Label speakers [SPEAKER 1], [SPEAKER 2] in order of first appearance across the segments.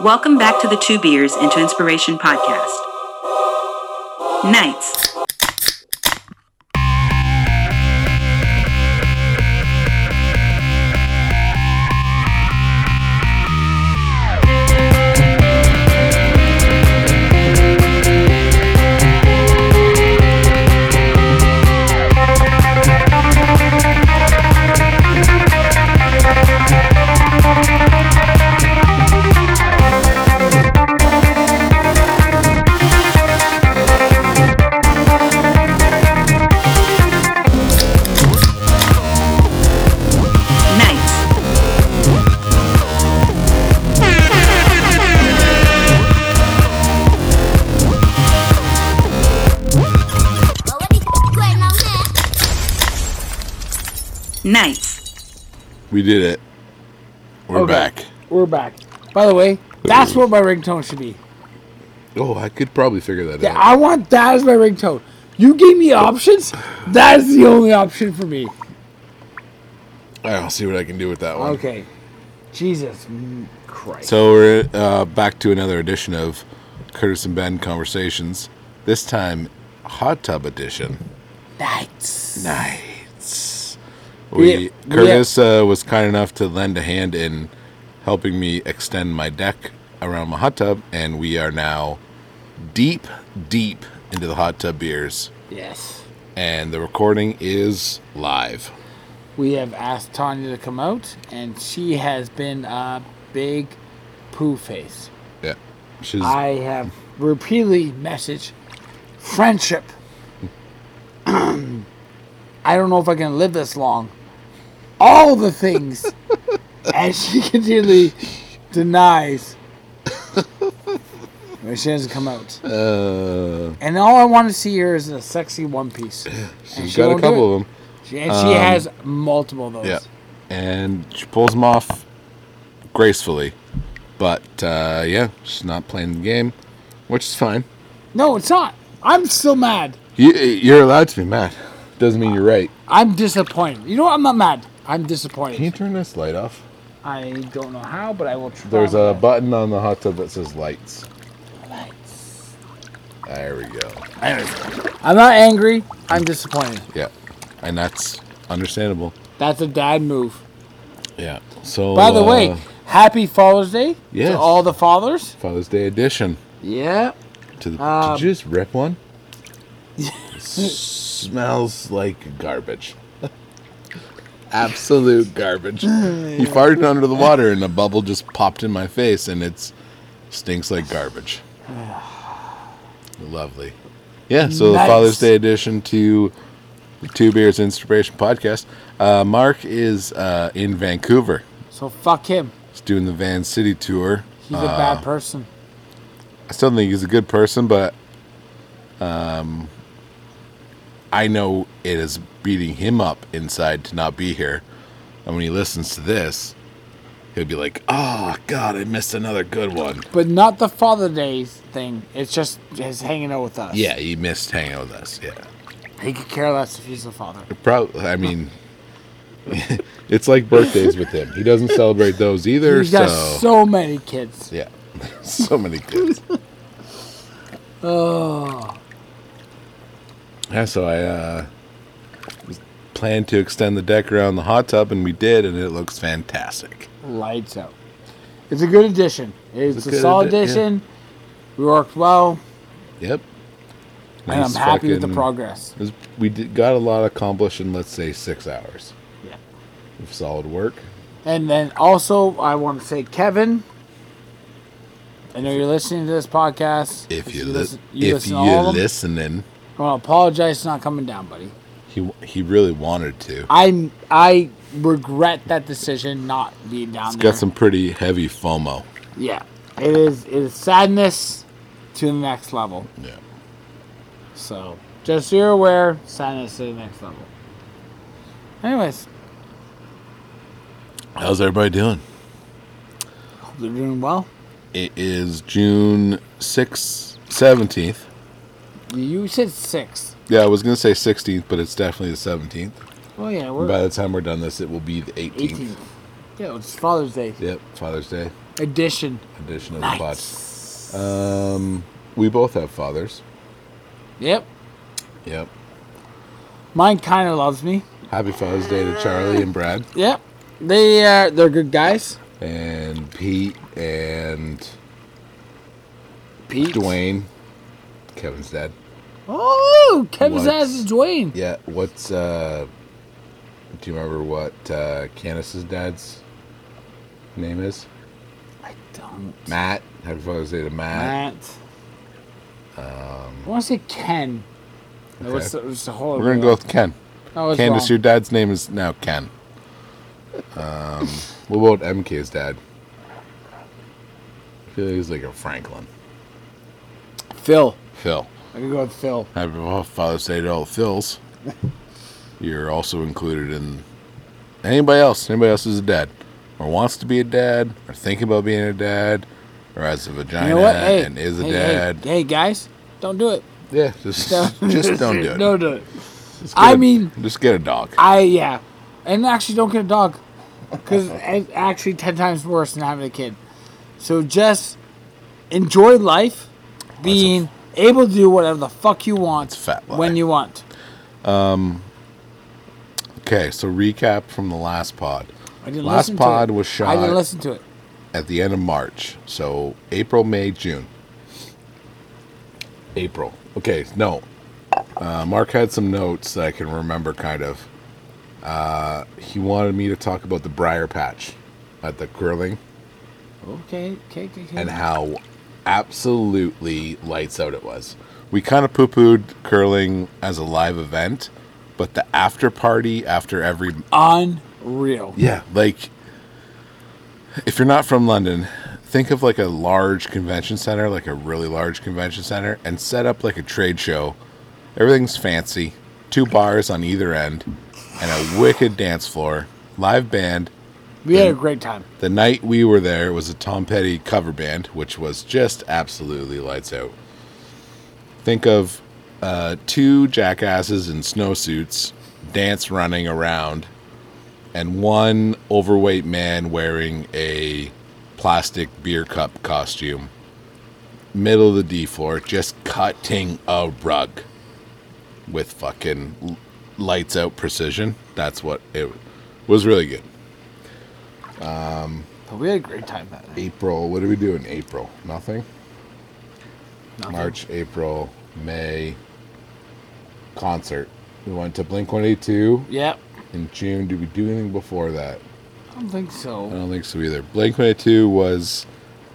[SPEAKER 1] Welcome back to the Two Beers into Inspiration podcast. Nights. Nights.
[SPEAKER 2] Well, what be going on here?
[SPEAKER 1] Nights.
[SPEAKER 3] We did it. We're
[SPEAKER 4] Okay.
[SPEAKER 3] back.
[SPEAKER 4] We're back. By the way, that's what my ringtone should be.
[SPEAKER 3] Oh, I could probably figure that
[SPEAKER 4] Yeah,
[SPEAKER 3] out.
[SPEAKER 4] I want that as my ringtone. You gave me options. That is the only option for me.
[SPEAKER 3] I'll see what I can do with that one.
[SPEAKER 4] Okay. Jesus m- Christ.
[SPEAKER 3] So we're uh, back to another edition of Curtis and Ben Conversations. This time, hot tub edition.
[SPEAKER 4] Nights.
[SPEAKER 3] Nice. We
[SPEAKER 4] Yeah,
[SPEAKER 3] Curtis Uh, was kind enough to lend a hand in helping me extend my deck around my hot tub, and we are now deep, deep into the hot tub beers,
[SPEAKER 4] Yes.
[SPEAKER 3] and the recording is live.
[SPEAKER 4] We have asked Tanya to come out, and she has been a big poo face.
[SPEAKER 3] Yeah, she's
[SPEAKER 4] I have repeatedly messaged friendship. I don't know if I can live this long. All the things. and she continually denies. But she doesn't come out.
[SPEAKER 3] uh,
[SPEAKER 4] And all I want to see her is a sexy one piece. And
[SPEAKER 3] she's
[SPEAKER 4] she
[SPEAKER 3] got a
[SPEAKER 4] won't do
[SPEAKER 3] couple
[SPEAKER 4] it.
[SPEAKER 3] of them.
[SPEAKER 4] She- And she has multiple of those.
[SPEAKER 3] Yeah. And she pulls them off gracefully. But uh, yeah, she's not playing the game, which is fine.
[SPEAKER 4] No, it's not. I'm still mad.
[SPEAKER 3] You, you're allowed to be mad. Doesn't mean you're right.
[SPEAKER 4] I'm disappointed. You know what? I'm not mad. I'm disappointed.
[SPEAKER 3] Can you turn this light off?
[SPEAKER 4] I don't know how, but I will try.
[SPEAKER 3] There's
[SPEAKER 4] my
[SPEAKER 3] a button on the hot tub that says lights.
[SPEAKER 4] best.
[SPEAKER 3] There we go.
[SPEAKER 4] I'm not angry. I'm disappointed.
[SPEAKER 3] Yeah. And that's understandable.
[SPEAKER 4] That's a dad move.
[SPEAKER 3] Yeah. So
[SPEAKER 4] By the
[SPEAKER 3] uh,
[SPEAKER 4] way, happy Father's Day
[SPEAKER 3] Yes.
[SPEAKER 4] to all the fathers.
[SPEAKER 3] Father's Day edition.
[SPEAKER 4] Yeah.
[SPEAKER 3] To the,
[SPEAKER 4] Um,
[SPEAKER 3] did you just rip one? It smells like garbage. Absolute garbage. He farted under the water and a bubble just popped in my face and it stinks like garbage. Lovely. Yeah, so the
[SPEAKER 4] Nice.
[SPEAKER 3] Father's Day edition to the Two Beers Inspiration podcast. Uh, Mark is uh, in Vancouver.
[SPEAKER 4] So fuck him.
[SPEAKER 3] He's doing the Van City tour.
[SPEAKER 4] He's a
[SPEAKER 3] Ah.
[SPEAKER 4] bad person.
[SPEAKER 3] I still think he's a good person, but um, I know it is beating him up inside to not be here. And when he listens to this, he'll be like, "Oh God, I missed another good one."
[SPEAKER 4] But not the Father Day thing. It's just his hanging out with us.
[SPEAKER 3] Yeah, he missed hanging out with us. Yeah,
[SPEAKER 4] He could care less if he's a father.
[SPEAKER 3] probably. I mean, it's like birthdays with him. He doesn't celebrate those either.
[SPEAKER 4] He's got
[SPEAKER 3] so,
[SPEAKER 4] so many kids.
[SPEAKER 3] yeah, so many kids.
[SPEAKER 4] Oh.
[SPEAKER 3] Yeah, so I uh, planned to extend the deck around the hot tub, and we did, and it looks fantastic.
[SPEAKER 4] Lights out. It's a good addition. It's,
[SPEAKER 3] It's a
[SPEAKER 4] a,
[SPEAKER 3] good
[SPEAKER 4] solid
[SPEAKER 3] addi- yeah.
[SPEAKER 4] addition. We worked well,
[SPEAKER 3] Yep.
[SPEAKER 4] and I'm
[SPEAKER 3] Nice
[SPEAKER 4] happy with the
[SPEAKER 3] fucking-
[SPEAKER 4] progress.
[SPEAKER 3] it was- We did, got a lot accomplished in, let's say, six hours
[SPEAKER 4] Yeah.
[SPEAKER 3] of solid work.
[SPEAKER 4] And then also, I want to say, Kevin, I know you're listening to this podcast.
[SPEAKER 3] If you,
[SPEAKER 4] you
[SPEAKER 3] li-
[SPEAKER 4] listen, you
[SPEAKER 3] if
[SPEAKER 4] listen to
[SPEAKER 3] you're
[SPEAKER 4] all of them.
[SPEAKER 3] listening,
[SPEAKER 4] I want to apologize for not coming down, buddy.
[SPEAKER 3] he w- he really wanted to.
[SPEAKER 4] I I regret that decision not being down
[SPEAKER 3] He's
[SPEAKER 4] there.
[SPEAKER 3] got some pretty heavy FOMO.
[SPEAKER 4] yeah, it is it is sadness to the next level.
[SPEAKER 3] Yeah.
[SPEAKER 4] So just so you're aware, sadness to the next level. Anyways,
[SPEAKER 3] How's everybody doing?
[SPEAKER 4] hope they're doing well.
[SPEAKER 3] It is June 6th, 17th.
[SPEAKER 4] You said six.
[SPEAKER 3] Yeah, I was going to say 16th, but it's definitely the 17th.
[SPEAKER 4] Oh yeah, we're
[SPEAKER 3] By the time we're done this, it will be the 18th.
[SPEAKER 4] 18. Yeah, it's Father's Day.
[SPEAKER 3] Yep, Father's Day.
[SPEAKER 4] Edition.
[SPEAKER 3] edition of the pod.
[SPEAKER 4] Nice.
[SPEAKER 3] Um, we both have fathers.
[SPEAKER 4] Yep.
[SPEAKER 3] Yep.
[SPEAKER 4] Mine kind of loves me.
[SPEAKER 3] Happy Father's Day to Charlie and Brad
[SPEAKER 4] Yep. They uh, they're good guys.
[SPEAKER 3] and Pete and
[SPEAKER 4] Pete.
[SPEAKER 3] Dwayne, Kevin's dad.
[SPEAKER 4] Oh, Kevin's
[SPEAKER 3] What?
[SPEAKER 4] ass is Dwayne.
[SPEAKER 3] Yeah. What's uh? Do you remember what uh, Candace's dad's name is?
[SPEAKER 4] I don't.
[SPEAKER 3] Matt. Happy Father's Day to Matt. Um,
[SPEAKER 4] Matt. I want to say Ken. That
[SPEAKER 3] okay.
[SPEAKER 4] was, it was a whole
[SPEAKER 3] We're gonna go with Ken.
[SPEAKER 4] I was
[SPEAKER 3] Candace,
[SPEAKER 4] wrong.
[SPEAKER 3] your dad's name is now Ken. Um, what about MK's dad? I feel like he's like a Franklin.
[SPEAKER 4] Phil.
[SPEAKER 3] Phil.
[SPEAKER 4] I'm going to go with Phil.
[SPEAKER 3] Happy Father's Day to all the Phils. You're also included in anybody else. Anybody else who's a dad, or wants to be a dad, or thinking about being a dad, or has a vagina
[SPEAKER 4] You know what? Hey,
[SPEAKER 3] and is a
[SPEAKER 4] hey, hey,
[SPEAKER 3] dad.
[SPEAKER 4] Hey, guys, don't do it.
[SPEAKER 3] Yeah, just just don't do it.
[SPEAKER 4] Don't do it.
[SPEAKER 3] Just
[SPEAKER 4] I
[SPEAKER 3] get a-
[SPEAKER 4] mean-
[SPEAKER 3] just get a dog.
[SPEAKER 4] I yeah, and actually don't get a dog, because it's actually ten times worse than having a kid. So just enjoy life, being able to do whatever the fuck you want
[SPEAKER 3] That's a fat lie.
[SPEAKER 4] when you want.
[SPEAKER 3] Okay, so recap from the last pod.
[SPEAKER 4] I didn't
[SPEAKER 3] Last
[SPEAKER 4] listen
[SPEAKER 3] pod
[SPEAKER 4] to it.
[SPEAKER 3] was
[SPEAKER 4] I
[SPEAKER 3] shot-
[SPEAKER 4] didn't listen to it.
[SPEAKER 3] at the end of March. So April, May, June. April. Okay, no. Uh, Mark had some notes that I can remember kind of. Uh, he wanted me to talk about the briar patch at the curling
[SPEAKER 4] Okay, okay, okay. okay.
[SPEAKER 3] and how absolutely lights out it was. We kind of poo pooed curling as a live event, but the after party after every
[SPEAKER 4] Unreal.
[SPEAKER 3] yeah, like if you're not from London, think of like a large convention center, like a really large convention center, and set up like a trade show. Everything's fancy, two bars on either end, and a wicked dance floor, live band.
[SPEAKER 4] We had a great time.
[SPEAKER 3] The night we were there was a Tom Petty cover band, which was just absolutely lights out. Think of uh, two jackasses in snowsuits dance running around, and one overweight man wearing a plastic beer cup costume. Middle of the D floor, just cutting a rug with fucking l- lights out precision. That's what it was really good.
[SPEAKER 4] But we had a great time that night.
[SPEAKER 3] April. What do we do in April? Nothing.
[SPEAKER 4] Nothing.
[SPEAKER 3] March, April, May. Concert. We went to Blink 182
[SPEAKER 4] Yep.
[SPEAKER 3] in June. Did we do anything before that?
[SPEAKER 4] I don't think so.
[SPEAKER 3] I don't think so either. Blink 182 was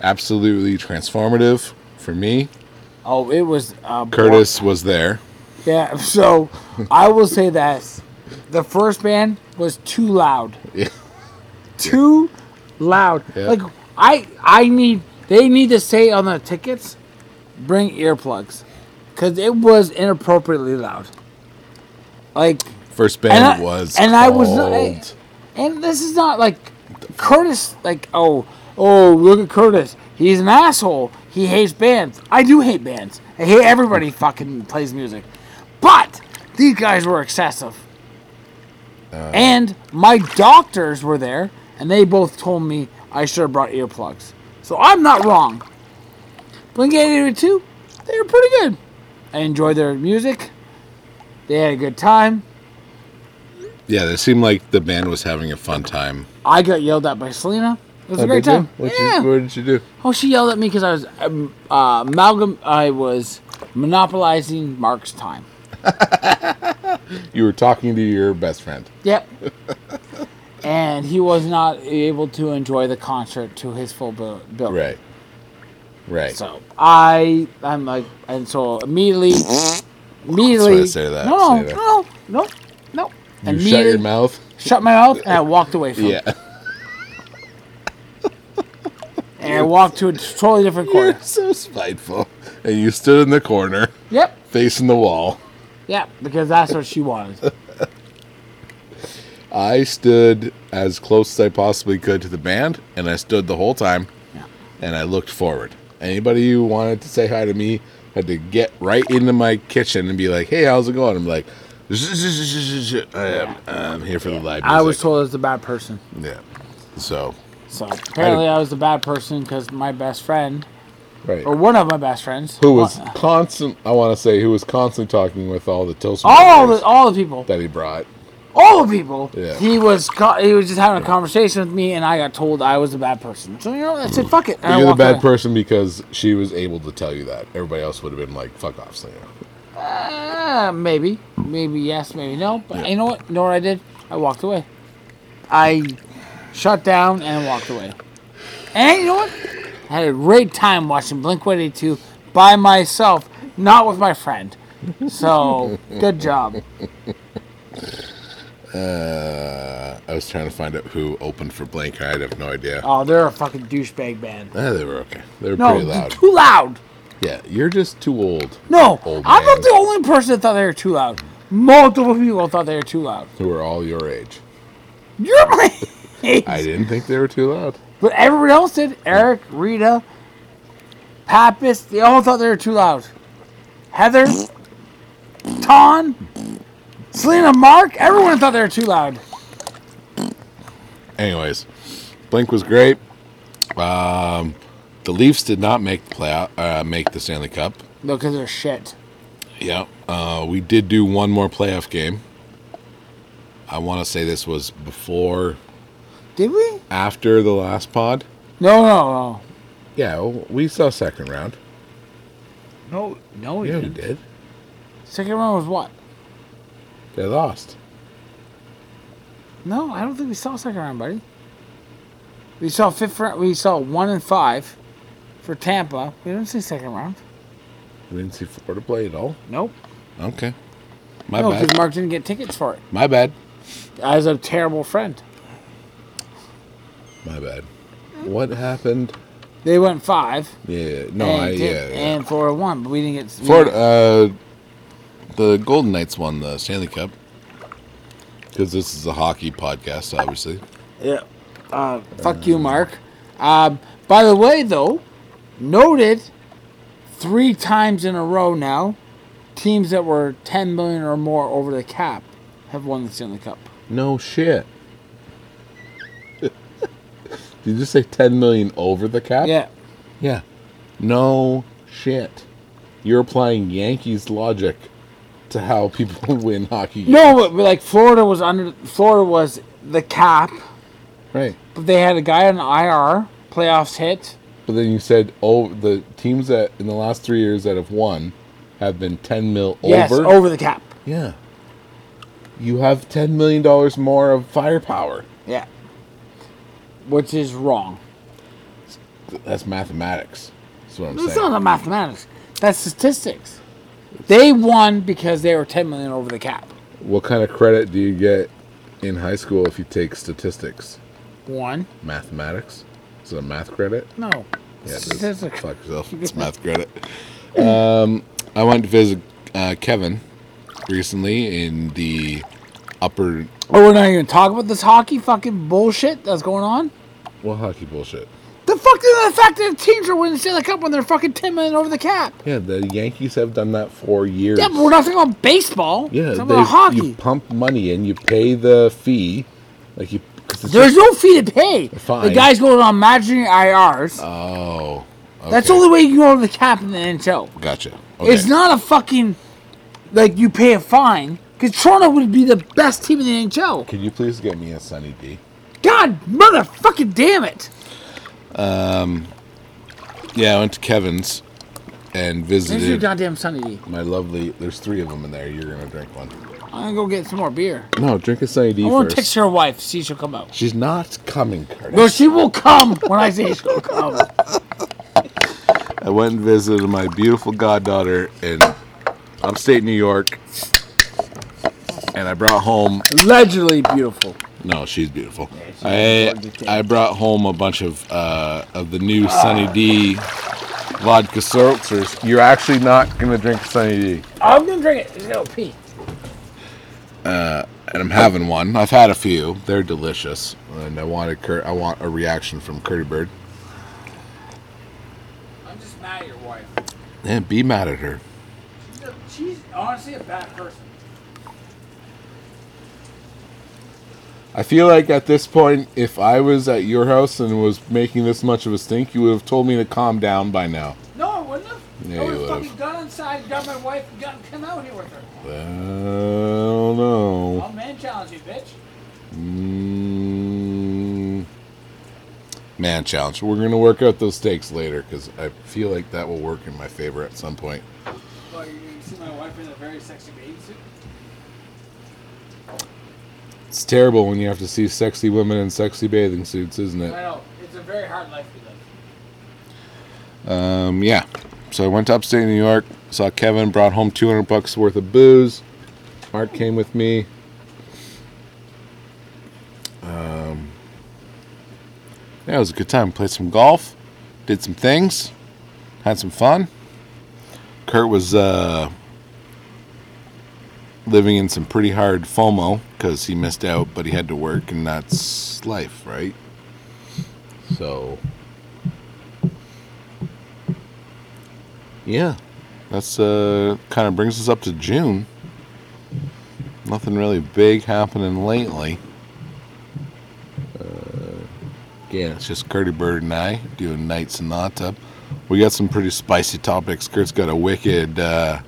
[SPEAKER 3] absolutely transformative for me.
[SPEAKER 4] oh, it was uh,
[SPEAKER 3] Curtis was there.
[SPEAKER 4] Yeah, so I will say this. The first band was too loud.
[SPEAKER 3] Yeah.
[SPEAKER 4] Too loud.
[SPEAKER 3] Yeah.
[SPEAKER 4] Like I I need they need to say on the tickets, bring earplugs. Cause it was inappropriately loud. Like
[SPEAKER 3] First band
[SPEAKER 4] I-
[SPEAKER 3] was
[SPEAKER 4] and I was not-
[SPEAKER 3] called-
[SPEAKER 4] and this is not like Curtis like oh oh look at Curtis. He's an asshole. He hates bands. I do hate bands. I hate everybody fucking plays music. But these guys were excessive. and my doctors were there and they both told me I should have brought earplugs. So I'm not wrong. Blink 182, they were pretty good. I enjoyed their music. They had a good time.
[SPEAKER 3] yeah, it seemed like the band was having a fun time.
[SPEAKER 4] I got yelled at by Selena. It was a great time.
[SPEAKER 3] Oh, What
[SPEAKER 4] yeah.
[SPEAKER 3] what did you do?
[SPEAKER 4] oh, she yelled at me because I was um, uh, amalgam. I was monopolizing Mark's time.
[SPEAKER 3] You were talking to your best friend.
[SPEAKER 4] Yep. and he was not able to enjoy the concert to his full bu- build.
[SPEAKER 3] Right. Right.
[SPEAKER 4] Oh. So I, I'm like, and so immediately, immediately.
[SPEAKER 3] say that,
[SPEAKER 4] No,
[SPEAKER 3] say that.
[SPEAKER 4] no, no, no.
[SPEAKER 3] you shut your mouth.
[SPEAKER 4] Shut my mouth, and I walked away from.
[SPEAKER 3] Yeah.
[SPEAKER 4] It. And I walked to a totally different corner.
[SPEAKER 3] You're so spiteful. And you stood in the corner,
[SPEAKER 4] Yep.
[SPEAKER 3] facing the wall.
[SPEAKER 4] Yeah, because that's what she wanted.
[SPEAKER 3] I stood as close as I possibly could to the band, and I stood the whole time,
[SPEAKER 4] Yeah.
[SPEAKER 3] and I looked forward. Anybody who wanted to say hi to me had to get right into my kitchen and be like, hey, how's it going? I'm like, "Zzz-zzz-zzz-zzz-zzz. I am, I'm here for the live music.
[SPEAKER 4] I was told I was a bad person.
[SPEAKER 3] Yeah. So
[SPEAKER 4] So apparently, I was the bad person because my best friend,
[SPEAKER 3] Right.
[SPEAKER 4] or one of my best friends, uh,
[SPEAKER 3] Who was
[SPEAKER 4] one-
[SPEAKER 3] constant? I want to say who was constantly talking with all the Tilson
[SPEAKER 4] all
[SPEAKER 3] brothers
[SPEAKER 4] the all the people,
[SPEAKER 3] that he brought.
[SPEAKER 4] all the people.
[SPEAKER 3] Yeah.
[SPEAKER 4] He was co- he was just having a conversation with me, and I got told I was the bad person. So you know, I said, "Fuck it." And I
[SPEAKER 3] You're the
[SPEAKER 4] walked
[SPEAKER 3] bad
[SPEAKER 4] away.
[SPEAKER 3] person because she was able to tell you that. Everybody else would have been like, "Fuck off, Selena."
[SPEAKER 4] Uh, maybe, maybe yes, maybe no. But you know what? You know what I did? I walked away. I shut down and walked away. And you know what? I had a great time watching Blink One Eighty Two by myself, not with my friend. So good job.
[SPEAKER 3] Uh, I was trying to find out who opened for Blank. I have no idea.
[SPEAKER 4] Oh, they're a fucking douchebag band.
[SPEAKER 3] Eh, they were okay. They were
[SPEAKER 4] No,
[SPEAKER 3] pretty loud.
[SPEAKER 4] too loud.
[SPEAKER 3] Yeah, you're just too old.
[SPEAKER 4] No,
[SPEAKER 3] Old
[SPEAKER 4] I'm not
[SPEAKER 3] man.
[SPEAKER 4] the only person that thought they were too loud. Multiple people thought they were too loud.
[SPEAKER 3] Who are all your age?
[SPEAKER 4] You're my age.
[SPEAKER 3] I didn't think they were too loud.
[SPEAKER 4] But everyone else did. Eric, Rita, Pappas, they all thought they were too loud. Heather, Ton, Selena, Mark, everyone thought they were too loud.
[SPEAKER 3] Anyways, Blink was great. Um, the Leafs did not make the playoff, uh, make the Stanley Cup.
[SPEAKER 4] No, because they're shit.
[SPEAKER 3] Yeah, uh, we did do one more playoff game. I want to say this was before,
[SPEAKER 4] Did we?
[SPEAKER 3] after the last pod.
[SPEAKER 4] No, no,
[SPEAKER 3] Yeah, w- we saw second round.
[SPEAKER 4] no. No, no, we
[SPEAKER 3] Yeah, we
[SPEAKER 4] didn't.
[SPEAKER 3] did.
[SPEAKER 4] Second round was what?
[SPEAKER 3] They lost.
[SPEAKER 4] No, I don't think we saw second round, buddy. We saw fifth round. We saw one and five for Tampa. We didn't see second round.
[SPEAKER 3] We didn't see Florida play at all.
[SPEAKER 4] Nope.
[SPEAKER 3] Okay, my
[SPEAKER 4] no,
[SPEAKER 3] bad.
[SPEAKER 4] because Mark didn't get tickets for it.
[SPEAKER 3] my bad.
[SPEAKER 4] I was a terrible friend.
[SPEAKER 3] My bad. What happened?
[SPEAKER 4] They went five.
[SPEAKER 3] Yeah, no,
[SPEAKER 4] and,
[SPEAKER 3] I,
[SPEAKER 4] did-
[SPEAKER 3] yeah, yeah.
[SPEAKER 4] and Florida won, but we didn't get
[SPEAKER 3] Florida, uh, the Golden Knights won the Stanley Cup because this is a hockey podcast, obviously.
[SPEAKER 4] Yeah. Uh, fuck you, Mark. Um, by the way, though, noted three times in a row now, teams that were 10 million or more over the cap have won the Stanley Cup.
[SPEAKER 3] No shit. Did you say 10 million over the cap?
[SPEAKER 4] Yeah.
[SPEAKER 3] Yeah. No shit. You're applying Yankees logic to how people win hockey. games.
[SPEAKER 4] No, but, but like Florida was under Florida was the cap,
[SPEAKER 3] Right.
[SPEAKER 4] but they had a guy on IR. Playoffs hit.
[SPEAKER 3] But then you said, oh, the teams that in the last three years that have won have been 10 mil
[SPEAKER 4] Yes,
[SPEAKER 3] over.
[SPEAKER 4] over the cap.
[SPEAKER 3] Yeah. You have ten million dollars more of firepower.
[SPEAKER 4] Yeah. Which is wrong.
[SPEAKER 3] That's mathematics. That's what I'm
[SPEAKER 4] That's
[SPEAKER 3] saying.
[SPEAKER 4] not the mathematics. That's statistics. They won because they were 10 million over the cap.
[SPEAKER 3] what kind of credit do you get in high school if you take statistics?
[SPEAKER 4] One.
[SPEAKER 3] Mathematics? Is it a math credit?
[SPEAKER 4] No.
[SPEAKER 3] Yeah, it is.
[SPEAKER 4] Statistics.
[SPEAKER 3] Fuck yourself. It's math credit. Um, I went to visit uh, Kevin recently in the upper.
[SPEAKER 4] Oh, we're not even talking about this hockey fucking bullshit that's going on?
[SPEAKER 3] Well, hockey bullshit.
[SPEAKER 4] The fuck is the fact that teams are winning Stanley Cup when they're fucking 10 million over the cap?
[SPEAKER 3] Yeah, the Yankees have done that for years.
[SPEAKER 4] Yeah, but we're not talking about baseball.
[SPEAKER 3] Yeah,
[SPEAKER 4] We're talking
[SPEAKER 3] they-
[SPEAKER 4] about
[SPEAKER 3] you
[SPEAKER 4] hockey.
[SPEAKER 3] pump money in, you pay the fee, like you. 'cause it's
[SPEAKER 4] There's
[SPEAKER 3] just-
[SPEAKER 4] no fee to pay. The
[SPEAKER 3] Fine.
[SPEAKER 4] guy's going on imaginary IRs.
[SPEAKER 3] oh,
[SPEAKER 4] That's the
[SPEAKER 3] okay.
[SPEAKER 4] only way you can go over the cap in the NHL.
[SPEAKER 3] Gotcha.
[SPEAKER 4] It's not a fucking like you pay a fine because Toronto would be the best team in the NHL.
[SPEAKER 3] Can you please get me a Sunny D?
[SPEAKER 4] God, motherfucking damn it!
[SPEAKER 3] Yeah, I went to Kevin's and
[SPEAKER 4] There's your
[SPEAKER 3] visited
[SPEAKER 4] goddamn Sunny D.
[SPEAKER 3] my lovely. There's three of them in there. You're gonna drink one.
[SPEAKER 4] I'm gonna go get some more beer.
[SPEAKER 3] No, drink a Sunny D
[SPEAKER 4] I want to
[SPEAKER 3] first.
[SPEAKER 4] text your wife. See if she'll come out.
[SPEAKER 3] She's not coming, Curtis.
[SPEAKER 4] No, she will come when I say she'll come.
[SPEAKER 3] I went and visited my beautiful goddaughter in upstate New York, and I brought home
[SPEAKER 4] Allegedly beautiful.
[SPEAKER 3] No, she's beautiful.
[SPEAKER 4] gorgeous kid.
[SPEAKER 3] I I brought home a bunch of uh, of the new Sunny D vodka seltzers. You're actually not gonna drink Sunny D,
[SPEAKER 4] I'm gonna drink it. It's gonna pee.
[SPEAKER 3] and I'm having one. I've had a few. They're delicious, and I wanted Kurt. I want a reaction from Curdy Bird.
[SPEAKER 4] I'm just mad at your wife.
[SPEAKER 3] And be mad at her.
[SPEAKER 4] She's, a, she's honestly a bad person.
[SPEAKER 3] I feel like at this point, if I was at your house and was making this much of a stink, you would have told me to calm down by now.
[SPEAKER 4] No, I wouldn't have.
[SPEAKER 3] Yeah,
[SPEAKER 4] I
[SPEAKER 3] you
[SPEAKER 4] would have
[SPEAKER 3] would've.
[SPEAKER 4] fucking gone inside, grabbed my wife, and got, come out here with her.
[SPEAKER 3] Well, no.
[SPEAKER 4] I'll man challenge you, bitch.
[SPEAKER 3] Mm, man challenge. We're going to work out those stakes later because I feel like that will work in my favor at some point.
[SPEAKER 4] Well, you, you see my wife in a very sexy bathing suit.
[SPEAKER 3] It's terrible when you have to see sexy women in sexy bathing suits, isn't
[SPEAKER 4] I
[SPEAKER 3] it?
[SPEAKER 4] know it's a very hard life we live.
[SPEAKER 3] Um, yeah. So I went to upstate New York, saw Kevin, brought home 200 bucks worth of booze. Mark came with me. Um, Um, yeah, it was a good time. Played some golf, did some things, had some fun. Kurt was uh, living in some pretty hard FOMO because he missed out, but he had to work, and that's life, right? So, yeah, that's uh, kind of brings us up to June. Nothing really big happening lately. Uh, again, it's just Curdy Bird and I doing nights in the hot tub. We got some pretty spicy topics. Kurt's got a wicked uh,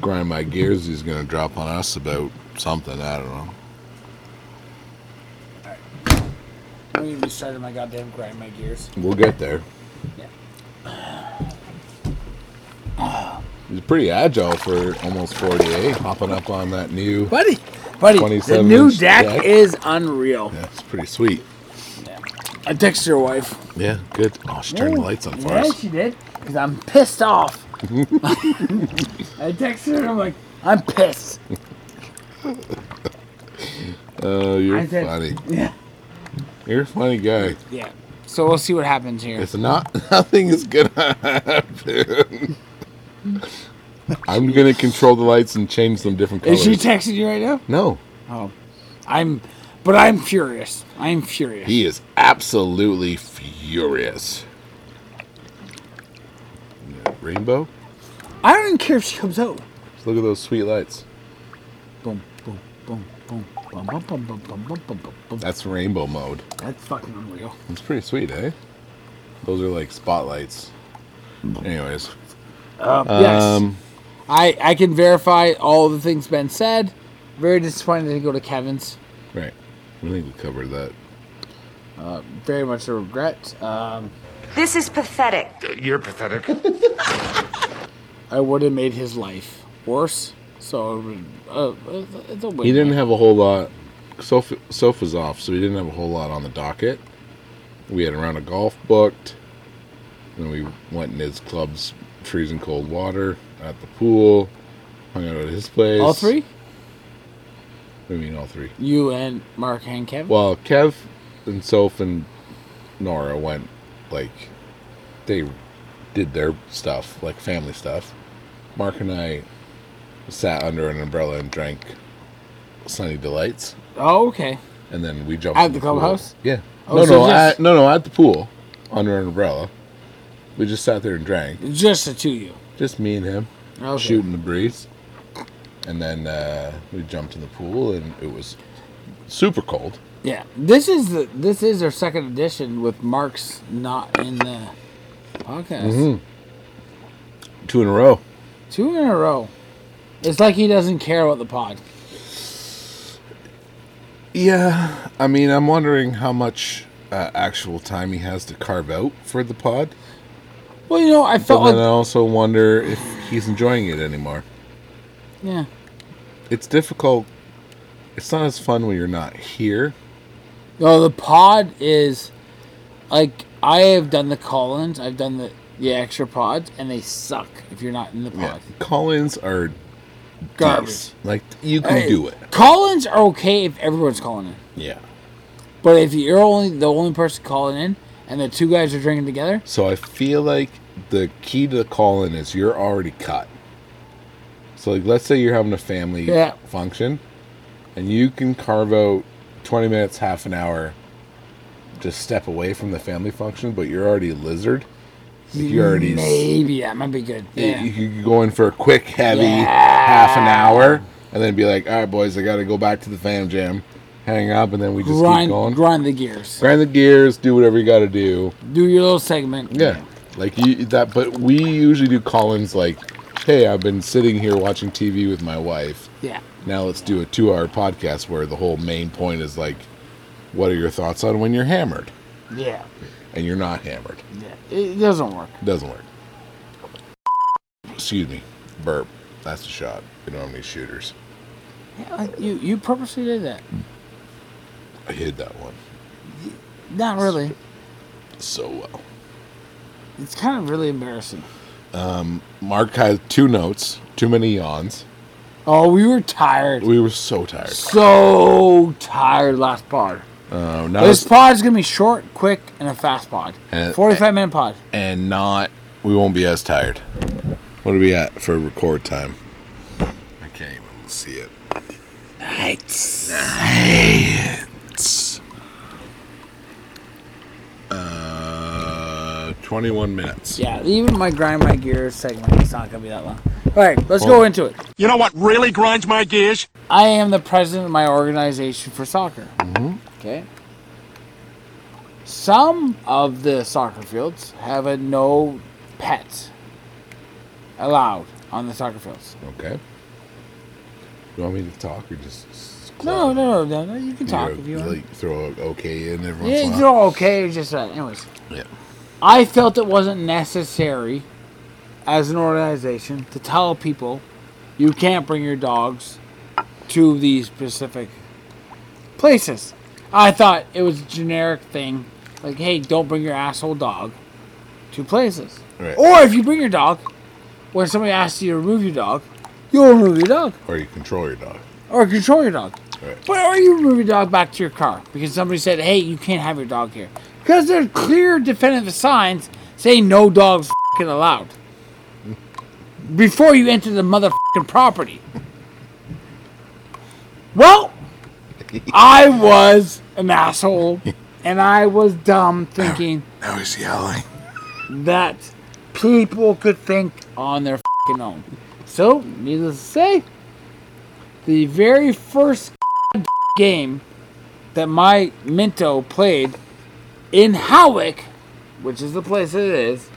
[SPEAKER 3] grind my gears he's going to drop on us about something. I don't know.
[SPEAKER 4] I'm gonna be starting my goddamn grind my gears.
[SPEAKER 3] We'll get there.
[SPEAKER 4] Yeah.
[SPEAKER 3] He's pretty agile for almost 48, hopping up on that new.
[SPEAKER 4] Buddy, buddy, the
[SPEAKER 3] 27
[SPEAKER 4] new
[SPEAKER 3] inch
[SPEAKER 4] deck,
[SPEAKER 3] deck.
[SPEAKER 4] is unreal.
[SPEAKER 3] Yeah, it's pretty sweet.
[SPEAKER 4] I texted your wife.
[SPEAKER 3] Yeah, good. Oh, she turned the lights on for
[SPEAKER 4] yeah,
[SPEAKER 3] us.
[SPEAKER 4] she did. Because I'm pissed off. I texted her and I'm like, I'm pissed.
[SPEAKER 3] Oh, you're
[SPEAKER 4] I did.
[SPEAKER 3] funny.
[SPEAKER 4] Yeah.
[SPEAKER 3] You're a funny guy.
[SPEAKER 4] Yeah. So we'll see what happens here.
[SPEAKER 3] It's not. Nothing is gonna happen. I'm gonna control the lights and change them different colors.
[SPEAKER 4] Is she texting you right now?
[SPEAKER 3] no,
[SPEAKER 4] Oh. I'm, but I'm furious. I'm furious.
[SPEAKER 3] he is absolutely furious. Rainbow.
[SPEAKER 4] I don't even care if she comes out.
[SPEAKER 3] Just look at those sweet lights.
[SPEAKER 4] Boom, boom, boom, boom, boom, boom, boom, boom, boom, boom, boom, boom, boom.
[SPEAKER 3] That's rainbow mode.
[SPEAKER 4] That's fucking unreal.
[SPEAKER 3] It's pretty sweet, eh? Those are like spotlights. Anyways,
[SPEAKER 4] Uh, Mm. yes.
[SPEAKER 3] um,
[SPEAKER 4] I, I can verify all the things Ben said. Very disappointed to go to Kevin's.
[SPEAKER 3] right. I think we covered that.
[SPEAKER 4] Very much a regret. Um,
[SPEAKER 5] This is pathetic.
[SPEAKER 4] I would have made his life worse. So it would- uh, it's a win.
[SPEAKER 3] He didn't have a whole lot. Soph Sopha's off, so he didn't have a whole lot on the docket. We had a round of golf booked. Then we went in his club's trees and cold water at the pool. Hung out at his place.
[SPEAKER 4] all three.
[SPEAKER 3] I mean, all three.
[SPEAKER 4] You and Mark and Kevin.
[SPEAKER 3] Well, Kev and Soph and Nora went like they did their stuff, like family stuff. Mark and I sat under an umbrella and drank Sunny Delights,
[SPEAKER 4] oh, okay.
[SPEAKER 3] and then we jumped
[SPEAKER 4] At
[SPEAKER 3] in
[SPEAKER 4] the
[SPEAKER 3] pool.
[SPEAKER 4] clubhouse?
[SPEAKER 3] Yeah.
[SPEAKER 4] Oh,
[SPEAKER 3] no,
[SPEAKER 4] so
[SPEAKER 3] no,
[SPEAKER 4] just-
[SPEAKER 3] at, no, no, at the pool under an umbrella. We just sat there and drank,
[SPEAKER 4] Just the two of you.
[SPEAKER 3] just me and him,
[SPEAKER 4] Okay.
[SPEAKER 3] shooting the breeze, and then uh, we jumped in the pool, and it was super cold.
[SPEAKER 4] Yeah. This is the this is our second edition with Mark's not in the podcast.
[SPEAKER 3] Mm-hmm. Two in a row.
[SPEAKER 4] Two in a row. It's like he doesn't care about the pod.
[SPEAKER 3] Yeah, I mean, I'm wondering how much uh, actual time he has to carve out for the pod,
[SPEAKER 4] Well, you know, I
[SPEAKER 3] but
[SPEAKER 4] felt
[SPEAKER 3] then I
[SPEAKER 4] like
[SPEAKER 3] also wonder if he's enjoying it anymore.
[SPEAKER 4] yeah.
[SPEAKER 3] It's difficult. It's not as fun when you're not here.
[SPEAKER 4] No, the pod is like I have done the Collins, I've done the the extra pods, and they suck if you're not in the pod.
[SPEAKER 3] Yeah, Collins are
[SPEAKER 4] Garbage.
[SPEAKER 3] dicks. Like you can
[SPEAKER 4] Hey,
[SPEAKER 3] do it.
[SPEAKER 4] Collins are okay if everyone's calling in,
[SPEAKER 3] Yeah.
[SPEAKER 4] but if you're only the only person calling in and the two guys are drinking together,
[SPEAKER 3] So I feel like the key to the call in is you're already cut. So like, let's say you're having a family
[SPEAKER 4] Yeah.
[SPEAKER 3] function, and you can carve out twenty minutes, half an hour, to step away from the family function, but you're already a lizard. Like, you're already
[SPEAKER 4] maybe that might be good. Yeah,
[SPEAKER 3] you could go in for a quick, heavy
[SPEAKER 4] Yeah.
[SPEAKER 3] half an hour, and then be like, "All right, boys, I got to go back to the fam jam." hang up, and then we just keep going.
[SPEAKER 4] grind, grind the gears.
[SPEAKER 3] Grind the gears, do whatever you got to do.
[SPEAKER 4] Do your little segment.
[SPEAKER 3] Yeah, like you that. But we usually do call-ins like, "Hey, I've been sitting here watching TV with my wife.
[SPEAKER 4] Yeah.
[SPEAKER 3] Now let's do a two-hour podcast where the whole main point is like, what are your thoughts on when you're hammered
[SPEAKER 4] Yeah.
[SPEAKER 3] and you're not hammered?
[SPEAKER 4] Yeah. It doesn't work.
[SPEAKER 3] Doesn't work. Excuse me, burp. That's a shot. We don't have any shooters.
[SPEAKER 4] Yeah, like you, you purposely did that.
[SPEAKER 3] I hid that one
[SPEAKER 4] Not really.
[SPEAKER 3] so well.
[SPEAKER 4] It's kind of really embarrassing.
[SPEAKER 3] Mark had two notes, too many yawns.
[SPEAKER 4] Oh, we were tired.
[SPEAKER 3] We were so tired.
[SPEAKER 4] So tired last pod.
[SPEAKER 3] Uh, not
[SPEAKER 4] This
[SPEAKER 3] as-
[SPEAKER 4] pod is gonna be short, quick, and a fast pod.
[SPEAKER 3] And-
[SPEAKER 4] Forty-five minute pod.
[SPEAKER 3] and not we won't be as tired. What are we at for record time? I can't even see it. Nights. Uh, 21 minutes.
[SPEAKER 4] Yeah, even my grind my gears segment is not gonna be that long. All right, let's go
[SPEAKER 3] Well-
[SPEAKER 4] into it.
[SPEAKER 5] You know what really grinds my gears?
[SPEAKER 4] I am the president of my organization for soccer. Mm-hmm. Okay. Some of the soccer fields have a no pets allowed on the soccer fields.
[SPEAKER 3] Okay. You want me to talk or just? s-
[SPEAKER 4] No, no, no, no, no. You can
[SPEAKER 3] You
[SPEAKER 4] talk
[SPEAKER 3] know,
[SPEAKER 4] if you want.
[SPEAKER 3] like, throw a okay in every once
[SPEAKER 4] Yeah,
[SPEAKER 3] in a
[SPEAKER 4] it's
[SPEAKER 3] while?
[SPEAKER 4] all okay. It's just that. Anyways,
[SPEAKER 3] Yeah.
[SPEAKER 4] I felt it wasn't necessary as an organization to tell people you can't bring your dogs to these specific places. I thought it was a generic thing, like, hey, don't bring your asshole dog to places.
[SPEAKER 3] Right.
[SPEAKER 4] Or if you bring your dog, when somebody asks you to remove your dog, you'll remove your dog
[SPEAKER 3] Or you control your dog.
[SPEAKER 4] or control your dog.
[SPEAKER 3] Right.
[SPEAKER 4] But are you remove your dog back to your car because somebody said, "Hey, you can't have your dog here," because there's clear definitive signs saying no dogs fing allowed before you enter the motherfucking property. Well, I was an asshole, and I was dumb thinking
[SPEAKER 3] Now he's yelling.
[SPEAKER 4] that people could think on their fing own. So, needless to say, the very first game that my Minto played in Howick, which is the place it is,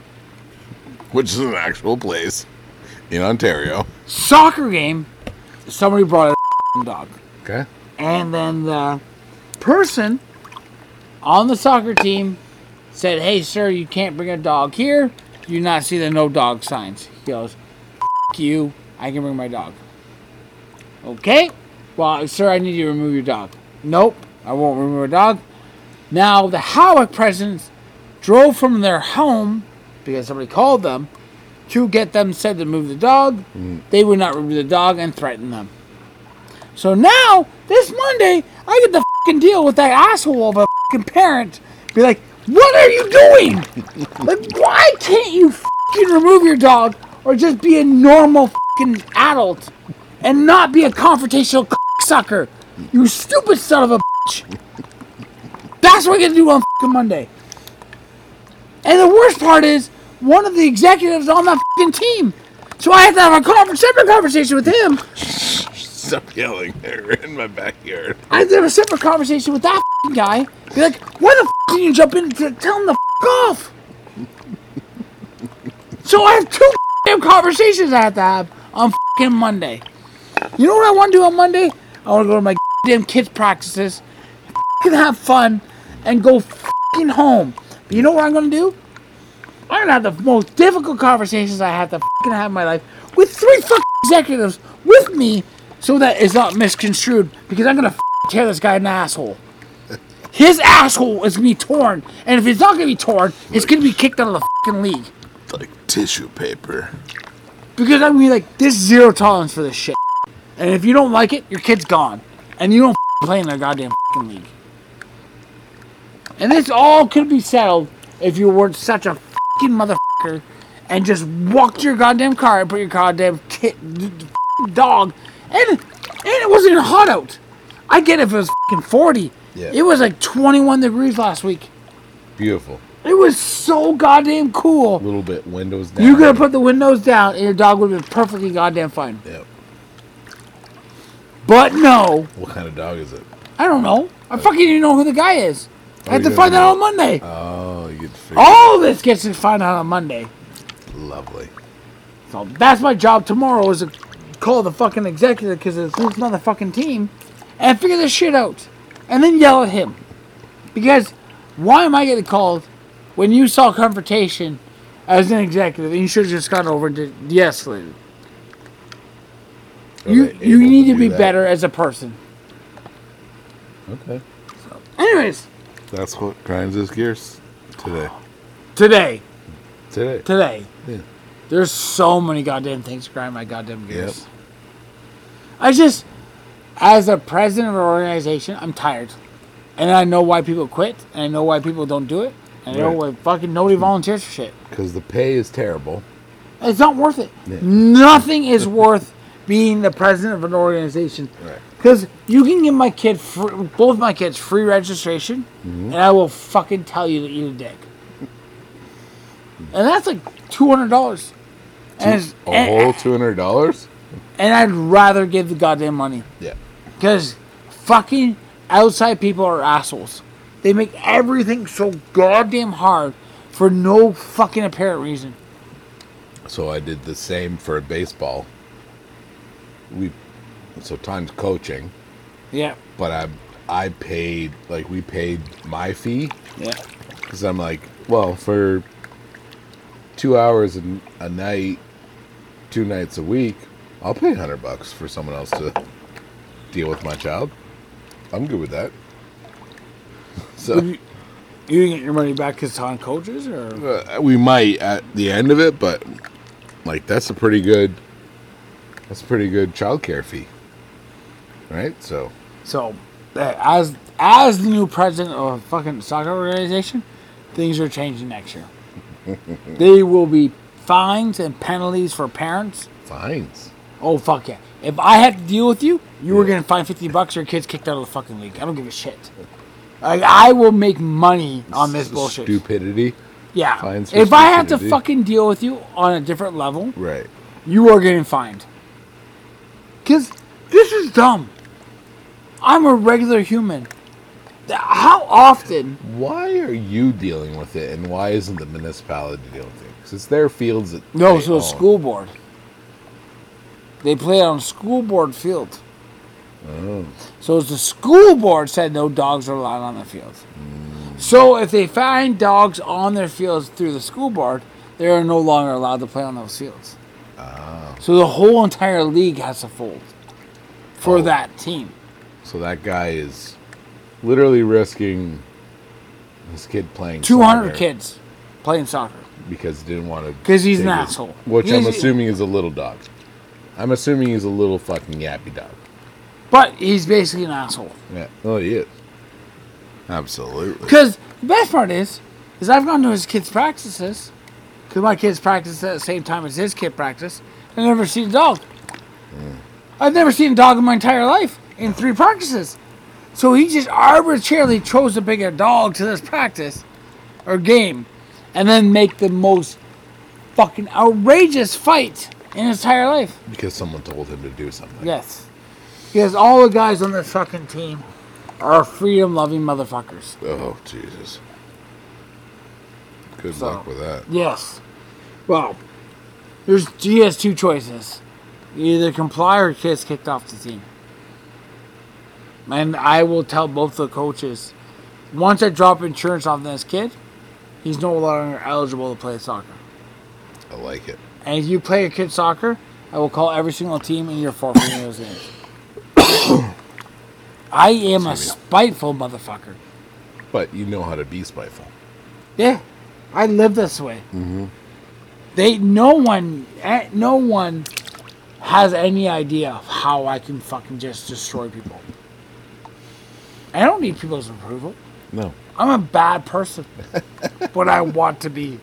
[SPEAKER 3] Which is an actual place in Ontario.
[SPEAKER 4] soccer game, somebody brought a dog.
[SPEAKER 3] Okay.
[SPEAKER 4] And then the person on the soccer team said, Hey, sir, you can't bring a dog here. You do not see the no dog signs. He goes, F you. I can bring my dog. Okay. Well, sir, I need you to remove your dog. Nope, I won't remove a dog. Now, the Howick presidents drove from their home because somebody called them to get them said to move the dog. They would not remove the dog and threaten them. So now, this Monday, I get the fucking deal with that asshole of a fucking parent. Be like, what are you doing? like, why can't you fucking remove your dog or just be a normal fucking adult and not be a confrontational sucker? You stupid son of a bitch. That's what I get to do on fucking Monday. And the worst part is, one of the executives on that fucking team. So I have to have a conver- separate conversation with him
[SPEAKER 3] Stop yelling. They're in my backyard.
[SPEAKER 4] I had to have a separate conversation with that f***ing guy. Be like, why the f*** didn't you jump in to tell him the f*** off? so I have two f***ing conversations I have to have on f***ing Monday. You know what I want to do on Monday? I want to go to my damn kids' practices, f***ing have fun, and go f***ing home. But you know what I'm going to do? I'm going to have the most difficult conversations I have to f***ing have in my life with three f***ing executives with me so that it's not misconstrued because I'm going to f***ing tear this guy an asshole. His asshole is going to be torn, and if it's not going to be torn, it's going to be kicked out of the f***ing league.
[SPEAKER 3] Like tissue paper.
[SPEAKER 4] Because I mean, like, there's zero tolerance for this shit. And if you don't like it, your kid's gone. And you don't f***ing play in their goddamn f***ing league. And this all could be settled if you weren't such a f***ing motherfucker and just walked to your goddamn car and put your goddamn kid, d- d- f***ing dog. And, and it wasn't even hot out. I get if it was f***ing 40.
[SPEAKER 3] Yeah.
[SPEAKER 4] It was like 21 degrees last week.
[SPEAKER 3] Beautiful.
[SPEAKER 4] It was so goddamn cool.
[SPEAKER 3] little bit windows down.
[SPEAKER 4] You could have put the windows down and your dog would have been perfectly goddamn fine.
[SPEAKER 3] Yep.
[SPEAKER 4] But no,
[SPEAKER 3] What kind of dog is it?
[SPEAKER 4] I don't know. I fucking didn't know who the guy is. I have
[SPEAKER 3] you
[SPEAKER 4] to find
[SPEAKER 3] don't
[SPEAKER 4] out
[SPEAKER 3] know.
[SPEAKER 4] on Monday.
[SPEAKER 3] Oh, you get to figure
[SPEAKER 4] All this gets to find out on Monday.
[SPEAKER 3] Lovely.
[SPEAKER 4] So that's my job tomorrow is to call the fucking executive because it's his motherfucking team and figure this shit out. And then yell at him. Because why am I getting called when you saw confrontation as an executive and you should have just gone over and de- de-escalated?
[SPEAKER 3] Are
[SPEAKER 4] You,
[SPEAKER 3] they
[SPEAKER 4] you
[SPEAKER 3] able
[SPEAKER 4] need to
[SPEAKER 3] do
[SPEAKER 4] be
[SPEAKER 3] that?
[SPEAKER 4] better as a person.
[SPEAKER 3] Okay.
[SPEAKER 4] Anyways,
[SPEAKER 3] That's what grinds his gears today.
[SPEAKER 4] today,
[SPEAKER 3] Today.
[SPEAKER 4] today,
[SPEAKER 3] Yeah.
[SPEAKER 4] there's so many goddamn things to grind my goddamn gears.
[SPEAKER 3] Yep.
[SPEAKER 4] I just, as a president of an organization, I'm tired. And I know why people quit, and I know why people don't do it, and I know why
[SPEAKER 3] Right.
[SPEAKER 4] fucking nobody volunteers for shit.
[SPEAKER 3] Because the pay is terrible.
[SPEAKER 4] It's not worth it.
[SPEAKER 3] Yeah.
[SPEAKER 4] Nothing is worth being the president of an organization.
[SPEAKER 3] Right.
[SPEAKER 4] Because you can give my kid, fr- both my kids, free registration,
[SPEAKER 3] Mm-hmm.
[SPEAKER 4] and I will fucking tell you to eat a dick. And that's like $200. And, it's-
[SPEAKER 3] A
[SPEAKER 4] and-
[SPEAKER 3] whole two hundred dollars?
[SPEAKER 4] and I'd rather give the goddamn money.
[SPEAKER 3] Yeah.
[SPEAKER 4] Because fucking outside people are assholes. They make everything so goddamn hard for no fucking apparent reason.
[SPEAKER 3] So I did the same for baseball. We so times coaching,
[SPEAKER 4] Yeah.
[SPEAKER 3] but I I paid like we paid my fee
[SPEAKER 4] Yeah.
[SPEAKER 3] because I'm like, well, for two hours a, a night, two nights a week, I'll pay hundred bucks for someone else to deal with my child. I'm good with that. So
[SPEAKER 4] You you didn't get your money back because on coaches or
[SPEAKER 3] uh, we might at the end of it, but like that's a pretty good that's a pretty good childcare fee, right? So
[SPEAKER 4] so. uh, As as the new president of a fucking soccer organization, things are changing next year. they will be fines and penalties for parents
[SPEAKER 3] fines.
[SPEAKER 4] Oh fuck yeah! If I had to deal with you, you were gonna find fifty bucks. Your kid's kicked out of the fucking league. I don't give a shit. Like I will make money on this bullshit.
[SPEAKER 3] Stupidity.
[SPEAKER 4] Yeah.
[SPEAKER 3] Fines for
[SPEAKER 4] If I have to
[SPEAKER 3] stupidity.
[SPEAKER 4] fucking deal with you on a different level,
[SPEAKER 3] Right.
[SPEAKER 4] you are getting fined. Cause this is dumb. I'm a regular human. Th- How often?
[SPEAKER 3] Why are you dealing with it, and why isn't the municipality dealing with it? Because it's their fields. That
[SPEAKER 4] No,
[SPEAKER 3] they
[SPEAKER 4] so
[SPEAKER 3] own.
[SPEAKER 4] it's school board. They play on school board field. Mm. So it's the school board said no dogs are allowed on the fields. So if they find dogs on their fields through the school board, they are no longer allowed to play on those fields. So the whole entire league has to fold for
[SPEAKER 3] Oh.
[SPEAKER 4] that team.
[SPEAKER 3] So that guy is literally risking his kid playing
[SPEAKER 4] Two hundred
[SPEAKER 3] soccer
[SPEAKER 4] kids playing soccer.
[SPEAKER 3] because he didn't want to.
[SPEAKER 4] 'Cause he's an
[SPEAKER 3] take his-
[SPEAKER 4] asshole.
[SPEAKER 3] Which I'm
[SPEAKER 4] He's-
[SPEAKER 3] assuming is a little dog. I'm assuming he's a little fucking yappy dog.
[SPEAKER 4] But he's basically an asshole.
[SPEAKER 3] Yeah. Oh, he is. Absolutely.
[SPEAKER 4] Because the best part is, is I've gone to his kids' practices, because my kids practice at the same time as his kid practice, and I've never seen a dog. I've never seen a dog in my entire life in three practices. So he just arbitrarily chose to bring a dog to this practice or game, and then make the most fucking outrageous fight in his entire life.
[SPEAKER 3] Because someone told him to do something.
[SPEAKER 4] Yes. Because all the guys on this fucking team are freedom loving motherfuckers.
[SPEAKER 3] Oh Jesus. Good
[SPEAKER 4] So-
[SPEAKER 3] luck with that.
[SPEAKER 4] Yes. Well, there's he has two choices: you either comply or gets kicked off the team. And I will tell both the coaches once I drop insurance on this kid, he's no longer eligible to play soccer.
[SPEAKER 3] I like it.
[SPEAKER 4] And if you play your kid soccer, I will call every single team and you're forfeiting those games. I am a spiteful motherfucker.
[SPEAKER 3] But you know how to be spiteful.
[SPEAKER 4] Yeah, I live this way. Mm-hmm. They no one, eh, no one has any idea of how I can fucking just destroy people. I don't need people's approval.
[SPEAKER 3] No.
[SPEAKER 4] I'm a bad person, but I want to be.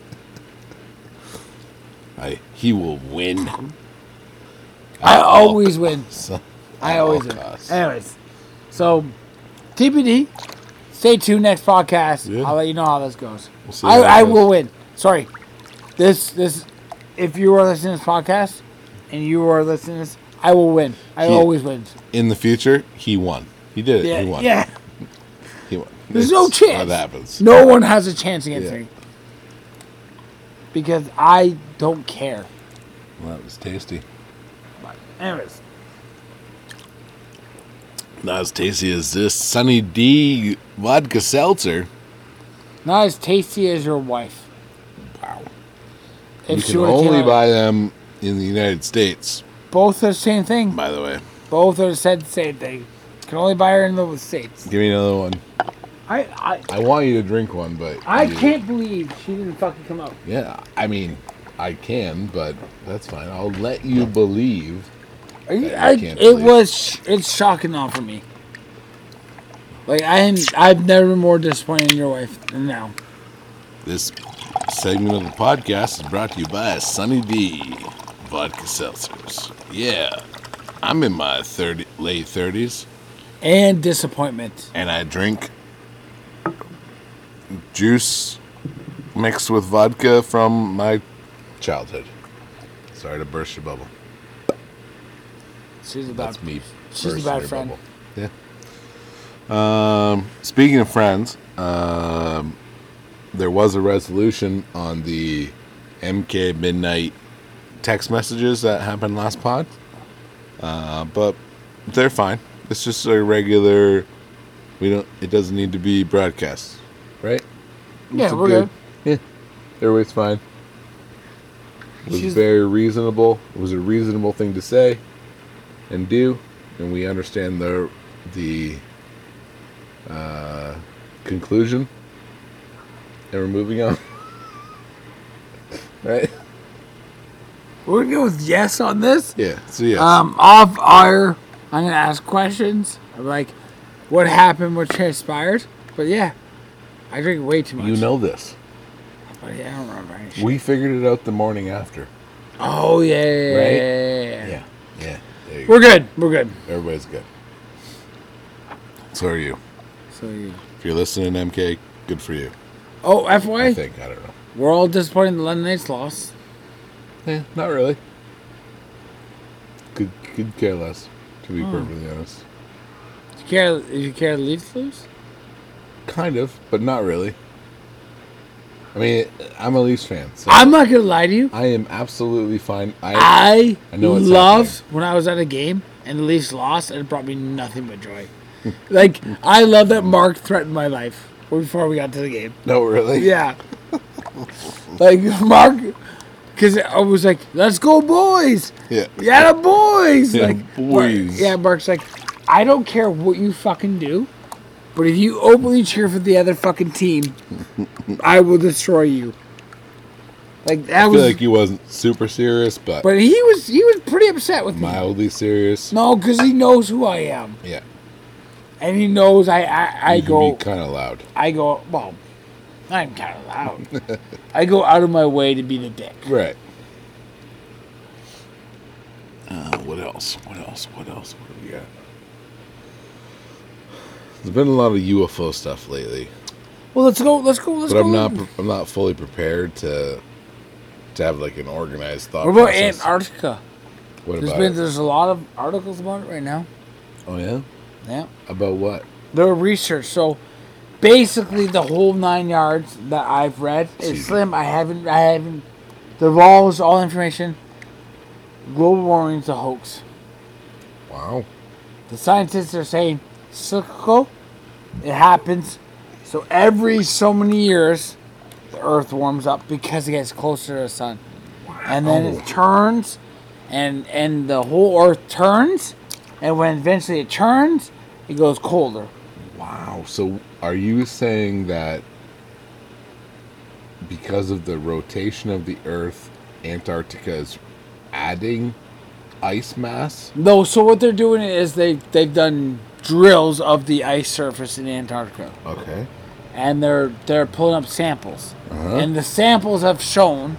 [SPEAKER 3] I he will win.
[SPEAKER 4] I
[SPEAKER 3] Oh.
[SPEAKER 4] always win.
[SPEAKER 3] So-
[SPEAKER 4] I
[SPEAKER 3] at
[SPEAKER 4] always
[SPEAKER 3] all
[SPEAKER 4] win.
[SPEAKER 3] costs.
[SPEAKER 4] Anyways, so TBD. Stay tuned next podcast.
[SPEAKER 3] Yeah.
[SPEAKER 4] I'll let you know how this goes.
[SPEAKER 3] We'll see how it
[SPEAKER 4] I, I
[SPEAKER 3] goes.
[SPEAKER 4] will win. Sorry. This this if you are listening to this podcast and you are listening to this, I will win. I
[SPEAKER 3] Yeah.
[SPEAKER 4] always win.
[SPEAKER 3] In the future, he won. He did it.
[SPEAKER 4] Yeah,
[SPEAKER 3] he won.
[SPEAKER 4] yeah.
[SPEAKER 3] He won.
[SPEAKER 4] There's no
[SPEAKER 3] It's how
[SPEAKER 4] chance.
[SPEAKER 3] That happens.
[SPEAKER 4] No one has a chance against
[SPEAKER 3] Yeah.
[SPEAKER 4] me because I don't care.
[SPEAKER 3] Well, that was tasty.
[SPEAKER 4] But anyways,
[SPEAKER 3] Not as tasty as this Sunny D vodka seltzer.
[SPEAKER 4] not as tasty as your wife.
[SPEAKER 3] Wow.
[SPEAKER 4] If
[SPEAKER 3] you
[SPEAKER 4] she
[SPEAKER 3] can
[SPEAKER 4] would've came
[SPEAKER 3] only
[SPEAKER 4] out-
[SPEAKER 3] buy them in the United States,
[SPEAKER 4] both are the same thing.
[SPEAKER 3] by the way.
[SPEAKER 4] Both are said the same thing. Can only buy her in the states.
[SPEAKER 3] Give me another one.
[SPEAKER 4] I I,
[SPEAKER 3] I want you to drink one, but
[SPEAKER 4] I
[SPEAKER 3] you-
[SPEAKER 4] can't believe she didn't fucking come out.
[SPEAKER 3] Yeah, I mean, I can, but that's fine. I'll let you believe.
[SPEAKER 4] Are you,
[SPEAKER 3] I
[SPEAKER 4] I,
[SPEAKER 3] can't
[SPEAKER 4] it
[SPEAKER 3] believe-
[SPEAKER 4] was sh- it's shocking now for me. Like I am, I've never been more disappointed in your wife than now.
[SPEAKER 3] This segment of the podcast is brought to you by Sunny D Vodka Seltzers. Yeah, I'm in my 30, late 30s,
[SPEAKER 4] And disappointment.
[SPEAKER 3] and I drink juice mixed with vodka from my childhood. Sorry to burst your bubble.
[SPEAKER 4] She's about
[SPEAKER 3] That's me.
[SPEAKER 4] She's a
[SPEAKER 3] bursting
[SPEAKER 4] bad
[SPEAKER 3] your
[SPEAKER 4] friend.
[SPEAKER 3] bubble. Yeah. Um, speaking of friends, um, there was a resolution on the MK Midnight text messages that happened last pod, uh, but they're fine. It's just a regular. We don't. It doesn't need to be broadcast, right?
[SPEAKER 4] yeah,
[SPEAKER 3] It's
[SPEAKER 4] we're good.
[SPEAKER 3] Yeah, everybody's fine. It was
[SPEAKER 4] She's-
[SPEAKER 3] very reasonable. It was a reasonable thing to say and do, and we understand the the uh, conclusion, and we're moving on. right?
[SPEAKER 4] We're good with yes on this.
[SPEAKER 3] Yeah. So yes,
[SPEAKER 4] Um, off air, I'm gonna ask questions of like, what happened, what transpired. But yeah, I drink way too much.
[SPEAKER 3] you know this.
[SPEAKER 4] But yeah, I don't remember any shit.
[SPEAKER 3] We figured it out the morning after.
[SPEAKER 4] Oh yeah, yeah,
[SPEAKER 3] Right?
[SPEAKER 4] yeah, yeah, yeah.
[SPEAKER 3] Yeah. There you go.
[SPEAKER 4] We're good. We're good.
[SPEAKER 3] Everybody's good. So are you.
[SPEAKER 4] So you.
[SPEAKER 3] If you're listening, MK, good for you.
[SPEAKER 4] Oh,
[SPEAKER 3] I
[SPEAKER 4] FY,
[SPEAKER 3] think I don't know.
[SPEAKER 4] we're all disappointed in the London Knights loss.
[SPEAKER 3] Yeah, not really. Could could care less, to be perfectly honest.
[SPEAKER 4] Do you care? Do you care the Leafs lose?
[SPEAKER 3] Kind of, but not really. I mean, I'm a Leafs fan, so
[SPEAKER 4] I'm not gonna lie to you.
[SPEAKER 3] I am absolutely fine. I
[SPEAKER 4] I,
[SPEAKER 3] I know what's
[SPEAKER 4] loved
[SPEAKER 3] happening.
[SPEAKER 4] when I was at a game and the Leafs lost, and it brought me nothing but joy. like I love that Mark threatened my life before we got to the game.
[SPEAKER 3] no, really.
[SPEAKER 4] Yeah, like Mark, because I was like, "Let's go, boys!
[SPEAKER 3] yeah.
[SPEAKER 4] Yeah, the boys!
[SPEAKER 3] Yeah,
[SPEAKER 4] like
[SPEAKER 3] boys.
[SPEAKER 4] Mark- yeah, Mark's like, I don't care what you fucking do, but if you openly cheer for the other fucking team, I will destroy you. Like that
[SPEAKER 3] I feel
[SPEAKER 4] was,
[SPEAKER 3] like he wasn't super serious, but,
[SPEAKER 4] but he was he was pretty upset with me.
[SPEAKER 3] mildly serious.
[SPEAKER 4] No, because he knows who I am,
[SPEAKER 3] Yeah,
[SPEAKER 4] and he knows I I, I
[SPEAKER 3] you
[SPEAKER 4] go
[SPEAKER 3] can be kind of loud.
[SPEAKER 4] I go well. I'm kind of loud. I go out of my way to be the dick.
[SPEAKER 3] Right. Uh, what else? What else? What else? What do we got? There's been a lot of UFO stuff lately,
[SPEAKER 4] Well, let's go. Let's go. Let's
[SPEAKER 3] but
[SPEAKER 4] go.
[SPEAKER 3] I'm not. pre- I'm not fully prepared to to have like an organized thought.
[SPEAKER 4] What about
[SPEAKER 3] process.
[SPEAKER 4] Antarctica?
[SPEAKER 3] What
[SPEAKER 4] There's
[SPEAKER 3] about?
[SPEAKER 4] been
[SPEAKER 3] it?
[SPEAKER 4] there's a lot of articles about it right now.
[SPEAKER 3] oh yeah.
[SPEAKER 4] Yeah.
[SPEAKER 3] About what?
[SPEAKER 4] Their research. So basically the whole nine yards that I've read is slim. I haven't I haven't the raw is all information. Global warming's a hoax.
[SPEAKER 3] Wow.
[SPEAKER 4] The scientists are saying cyclical, it happens. So every so many years the earth warms up because it gets closer to the sun. And then
[SPEAKER 3] Wow.
[SPEAKER 4] it turns and and the whole earth turns and when eventually it turns, it goes colder.
[SPEAKER 3] Wow. So are you saying that because of the rotation of the Earth, Antarctica is adding ice mass?
[SPEAKER 4] No, so what they're doing is they they've done drills of the ice surface in Antarctica,
[SPEAKER 3] Okay.
[SPEAKER 4] and they're they're pulling up samples, and the samples have shown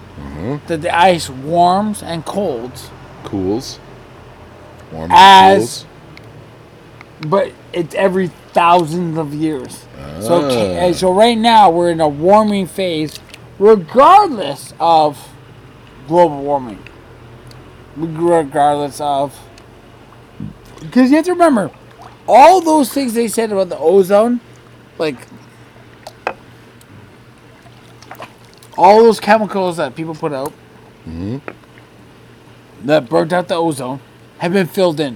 [SPEAKER 4] that the ice warms and colds,
[SPEAKER 3] Cools. Warm
[SPEAKER 4] As- but it's every thousands of years. So it ca-
[SPEAKER 3] Ah.
[SPEAKER 4] and so right now we're in a warming phase, regardless of global warming, regardless of because you have to remember all those things they said about the ozone, like all those chemicals that people put out
[SPEAKER 3] Mm-hmm.
[SPEAKER 4] that burnt out the ozone, have been filled in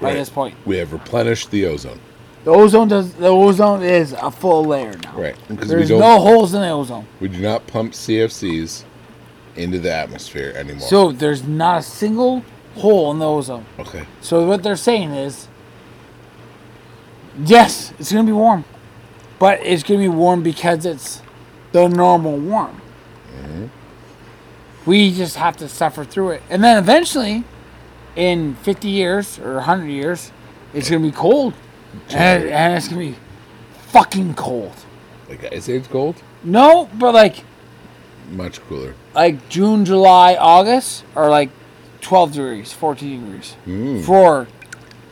[SPEAKER 4] by
[SPEAKER 3] Right.
[SPEAKER 4] this point.
[SPEAKER 3] We have replenished the ozone.
[SPEAKER 4] The ozone does. The ozone is a full layer now.
[SPEAKER 3] Right. Because we
[SPEAKER 4] There's
[SPEAKER 3] don't
[SPEAKER 4] no holes in the ozone,
[SPEAKER 3] we do not pump CFCs into the atmosphere anymore.
[SPEAKER 4] so there's not a single hole in the ozone.
[SPEAKER 3] okay.
[SPEAKER 4] So what they're saying is, yes, it's gonna be warm, but it's gonna be warm because it's the normal warm.
[SPEAKER 3] Mm-hmm.
[SPEAKER 4] We just have to suffer through it, and then eventually, in 50 years or 100 years, it's gonna be cold, and, and it's gonna be fucking cold.
[SPEAKER 3] Like Ice Age Gold?
[SPEAKER 4] No, but like
[SPEAKER 3] Much cooler.
[SPEAKER 4] like June, July, August are like 12 degrees, 14 degrees
[SPEAKER 3] Mm.
[SPEAKER 4] for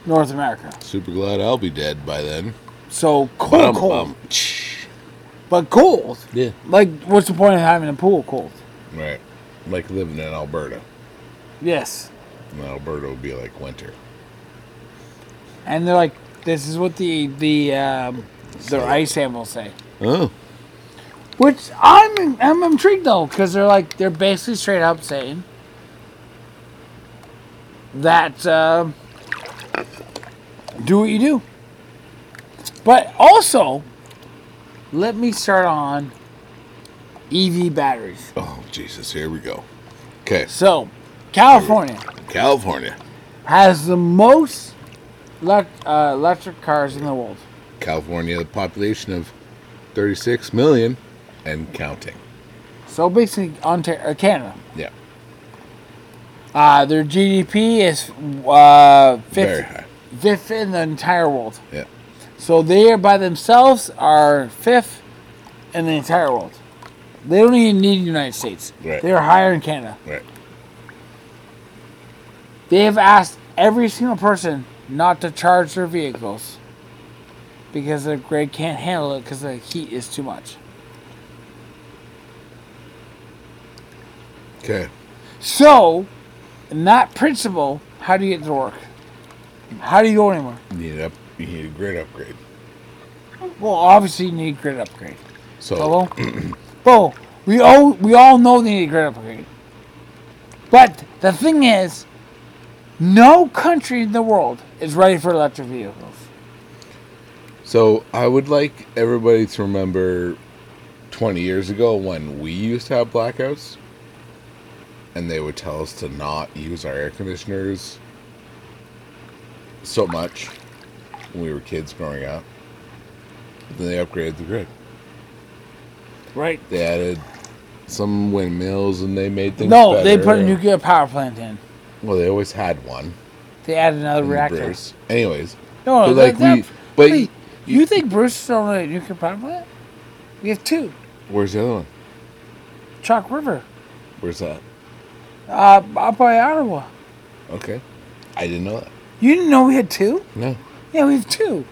[SPEAKER 4] North America.
[SPEAKER 3] Super glad I'll be dead by then.
[SPEAKER 4] So cold,
[SPEAKER 3] Bum,
[SPEAKER 4] cold,
[SPEAKER 3] bum.
[SPEAKER 4] but cold.
[SPEAKER 3] Yeah.
[SPEAKER 4] Like, what's the point of having a pool cold?
[SPEAKER 3] Right. Like living in Alberta.
[SPEAKER 4] Yes.
[SPEAKER 3] And Alberta would be like winter.
[SPEAKER 4] And they're like, this is what the the um, the ice samples say,
[SPEAKER 3] Oh.
[SPEAKER 4] which I'm I'm intrigued though, because they're like they're basically straight up saying that um do what you do, but also let me start on EV batteries.
[SPEAKER 3] Oh Jesus, here we go. Okay.
[SPEAKER 4] So, California.
[SPEAKER 3] California.
[SPEAKER 4] has the most elec- uh, electric cars in the world.
[SPEAKER 3] California, the population of 36 million and counting.
[SPEAKER 4] So basically, Ontario, Canada.
[SPEAKER 3] Yeah,
[SPEAKER 4] Uh, their GDP is uh,
[SPEAKER 3] very
[SPEAKER 4] fifth,
[SPEAKER 3] high.
[SPEAKER 4] fifth in the entire world.
[SPEAKER 3] Yeah,
[SPEAKER 4] So they are by themselves are fifth in the entire world. They don't even need the United States.
[SPEAKER 3] Right.
[SPEAKER 4] They are higher in Canada.
[SPEAKER 3] right.
[SPEAKER 4] They have asked every single person not to charge their vehicles because the grid can't handle it because the heat is too much.
[SPEAKER 3] Okay,
[SPEAKER 4] So, in that principle, how do you get to work? How do you go anywhere?
[SPEAKER 3] you need up. You need a grid upgrade.
[SPEAKER 4] Well, obviously you need grid upgrade.
[SPEAKER 3] So
[SPEAKER 4] Hello, Bo. We all we all know they need a grid upgrade. But the thing is, no country in the world is ready for electric vehicles.
[SPEAKER 3] So I would like everybody to remember 20 years ago when we used to have blackouts and they would tell us to not use our air conditioners so much when we were kids growing up. But then they upgraded the grid.
[SPEAKER 4] Right.
[SPEAKER 3] They added some windmills and they made things
[SPEAKER 4] No, they
[SPEAKER 3] better. eh?
[SPEAKER 4] put a nuclear power plant in.
[SPEAKER 3] Well, they always had one.
[SPEAKER 4] They added another
[SPEAKER 3] in
[SPEAKER 4] reactor.
[SPEAKER 3] Bruce. Anyways.
[SPEAKER 4] No,
[SPEAKER 3] But,
[SPEAKER 4] that-
[SPEAKER 3] like, we-
[SPEAKER 4] that-
[SPEAKER 3] but
[SPEAKER 4] wait,
[SPEAKER 3] you-
[SPEAKER 4] you, think Bruce is on a nuclear power plant? We have two.
[SPEAKER 3] Where's the other one?
[SPEAKER 4] Chalk River,
[SPEAKER 3] Where's that?
[SPEAKER 4] uh, up by Ottawa.
[SPEAKER 3] Okay. I didn't know that.
[SPEAKER 4] You didn't know we had two?
[SPEAKER 3] No.
[SPEAKER 4] Yeah, we have two.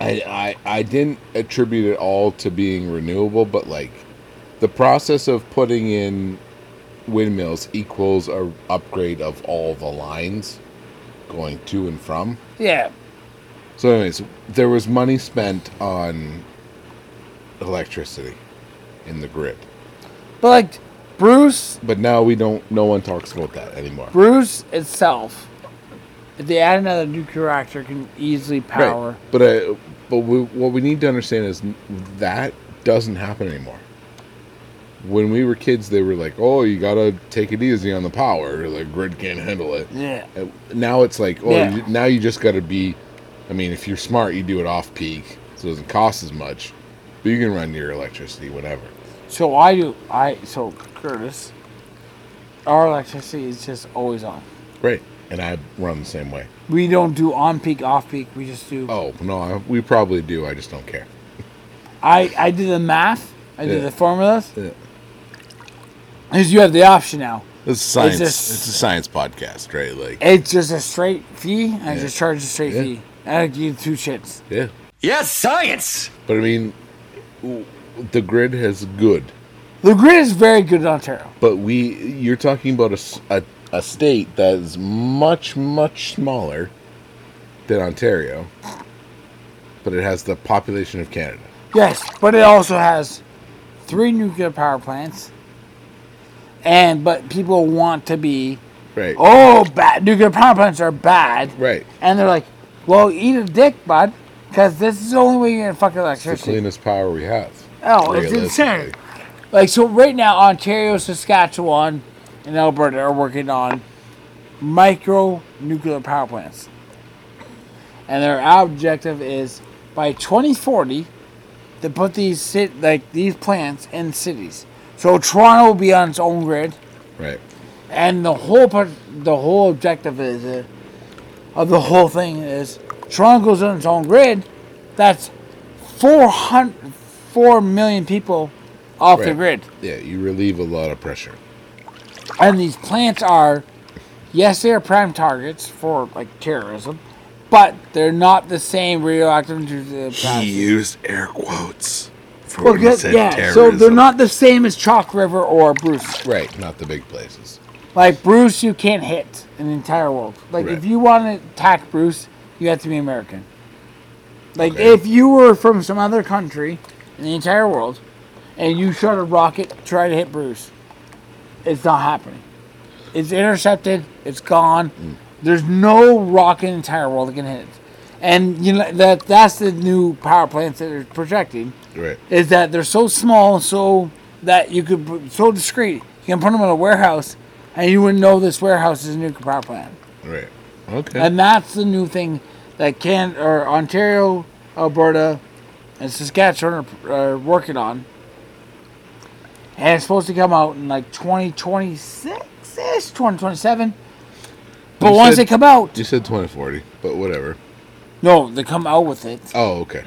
[SPEAKER 3] I, I I didn't attribute it all to being renewable, but like the process of putting in windmills equals a upgrade of all the lines going to and from.
[SPEAKER 4] Yeah.
[SPEAKER 3] So, anyways, there was money spent on electricity in the grid,
[SPEAKER 4] But like Bruce
[SPEAKER 3] but now we don't. No one talks about that anymore.
[SPEAKER 4] Bruce itself, if they add another nuclear reactor can easily power.
[SPEAKER 3] Right. But uh, but we, what we need to understand is n- that doesn't happen anymore. When we were kids, they were like, "Oh, you gotta take it easy on the power. The grid can't handle it."
[SPEAKER 4] Yeah.
[SPEAKER 3] Uh, Now it's like, oh,
[SPEAKER 4] Yeah.
[SPEAKER 3] you, now you just gotta be. I mean, if you're smart, you do it off peak, so it doesn't cost as much. But you can run your electricity whenever.
[SPEAKER 4] So I do I so Curtis. Our electricity is just always on.
[SPEAKER 3] Right. And I run the same way.
[SPEAKER 4] We don't do on peak, off peak, we just do
[SPEAKER 3] Oh no, I, we probably do. I just don't care.
[SPEAKER 4] I, I did the math, I did
[SPEAKER 3] Yeah.
[SPEAKER 4] the formulas.
[SPEAKER 3] Yeah.
[SPEAKER 4] Is you have the option now.
[SPEAKER 3] It's science.
[SPEAKER 4] just-
[SPEAKER 3] it's a science podcast, right? Like,
[SPEAKER 4] It's just a straight fee, and I
[SPEAKER 3] Yeah.
[SPEAKER 4] just charge a straight
[SPEAKER 3] Yeah.
[SPEAKER 4] fee. And I give you two shits.
[SPEAKER 3] yeah.
[SPEAKER 5] Yes, science!
[SPEAKER 3] But I mean, w- the grid has good,
[SPEAKER 4] The grid is very good in Ontario.
[SPEAKER 3] but we you're talking about a, s- a- a state that is much much smaller than Ontario, but it has the population of Canada.
[SPEAKER 4] Yes, but it also has three nuclear power plants. And but people want to be,
[SPEAKER 3] Right.
[SPEAKER 4] oh, bad nuclear power plants are bad.
[SPEAKER 3] Right.
[SPEAKER 4] And they're like, well, eat a dick, bud, because this is the only way you're gonna fuck
[SPEAKER 3] the
[SPEAKER 4] electricity.
[SPEAKER 3] cleanest power we have.
[SPEAKER 4] Oh, it's insane.
[SPEAKER 3] realistically.
[SPEAKER 4] Like so, right now, Ontario, Saskatchewan, and Alberta are working on micro nuclear power plants, and their objective is by 2040 to put these cit- like these plants in cities. So Toronto will be on its own grid,
[SPEAKER 3] Right.
[SPEAKER 4] and the whole part, the whole objective is uh, of the whole thing is Toronto goes on its own grid. That's 400, 4 million people off the
[SPEAKER 3] Right.
[SPEAKER 4] grid,
[SPEAKER 3] Yeah, you relieve a lot of pressure.
[SPEAKER 4] and these plants are, yes, they are prime targets for like terrorism, but they're not the same radioactive nuclear power.
[SPEAKER 3] used air quotes for
[SPEAKER 4] Well, yeah, yeah, so they're not the same as Chalk River or Bruce.
[SPEAKER 3] right. Not the big places.
[SPEAKER 4] Like Bruce, you can't hit in the entire world. Like
[SPEAKER 3] Right.
[SPEAKER 4] if you want to attack Bruce, you have to be American. Like
[SPEAKER 3] Okay.
[SPEAKER 4] if you were from some other country in the entire world, and you shot a rocket to try to hit Bruce, it's not happening. It's intercepted. It's gone.
[SPEAKER 3] Hmm.
[SPEAKER 4] There's no rocket in the entire world that can hit it. And you know that that's the new power plants that they're projecting
[SPEAKER 3] Right.
[SPEAKER 4] is that they're so small, so that you could put- so discreet. You can put them in a warehouse, and you wouldn't know this warehouse is a nuclear power plant.
[SPEAKER 3] Right. Okay.
[SPEAKER 4] And that's the new thing that can or Ontario, Alberta, and Saskatchewan are, are working on. And it's supposed to come out in like 2026 ish, 2027. But
[SPEAKER 3] You
[SPEAKER 4] once
[SPEAKER 3] said-
[SPEAKER 4] they come out,
[SPEAKER 3] you said 2040, but whatever.
[SPEAKER 4] no, they come out with it.
[SPEAKER 3] Oh, okay.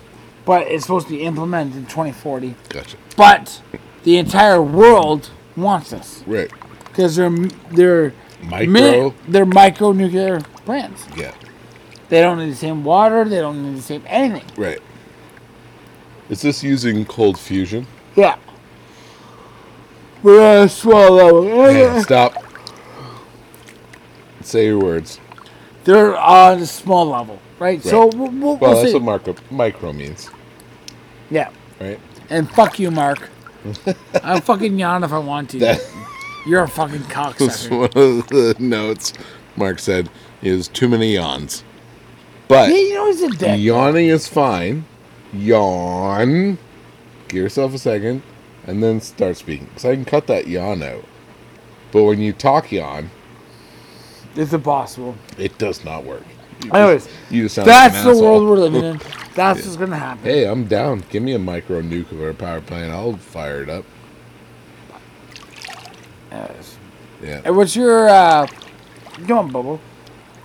[SPEAKER 4] But it's supposed to be implemented in 2040.
[SPEAKER 3] Gotcha.
[SPEAKER 4] But the entire world wants this.
[SPEAKER 3] Right.
[SPEAKER 4] because they're they're
[SPEAKER 3] Micro?
[SPEAKER 4] they're micro nuclear plants.
[SPEAKER 3] Yeah.
[SPEAKER 4] They don't need the same water. They don't need the same anything.
[SPEAKER 3] Right. Is this using cold fusion?
[SPEAKER 4] Yeah. We're gonna swallow.
[SPEAKER 3] Hey, stop. Say your words.
[SPEAKER 4] They're on a small level, right? So
[SPEAKER 3] Right.
[SPEAKER 4] we'll, we'll,
[SPEAKER 3] Well,
[SPEAKER 4] we'll
[SPEAKER 3] that's
[SPEAKER 4] see.
[SPEAKER 3] what micro, micro means,
[SPEAKER 4] yeah.
[SPEAKER 3] right?
[SPEAKER 4] And fuck you, Mark. I'll fucking yawn if I want to.
[SPEAKER 3] That-
[SPEAKER 4] You're a fucking
[SPEAKER 3] was
[SPEAKER 4] cocksucker.
[SPEAKER 3] one of the notes Mark said is too many yawns. But
[SPEAKER 4] Yeah, you know he's a dick.
[SPEAKER 3] yawning is fine. Yawn. Give yourself a second and then start speaking. Because I can cut that yawn out. But when you talk yawn,
[SPEAKER 4] It's impossible.
[SPEAKER 3] it does not work. You
[SPEAKER 4] Anyways,
[SPEAKER 3] just- you just sound like an
[SPEAKER 4] That's the
[SPEAKER 3] asshole.
[SPEAKER 4] world we're living in. That's what's gonna happen.
[SPEAKER 3] Hey, I'm down. Give me a micro nuclear power plant. I'll fire it up.
[SPEAKER 4] Anyways.
[SPEAKER 3] Yeah.
[SPEAKER 4] Hey, what's your uh go on, Bubble?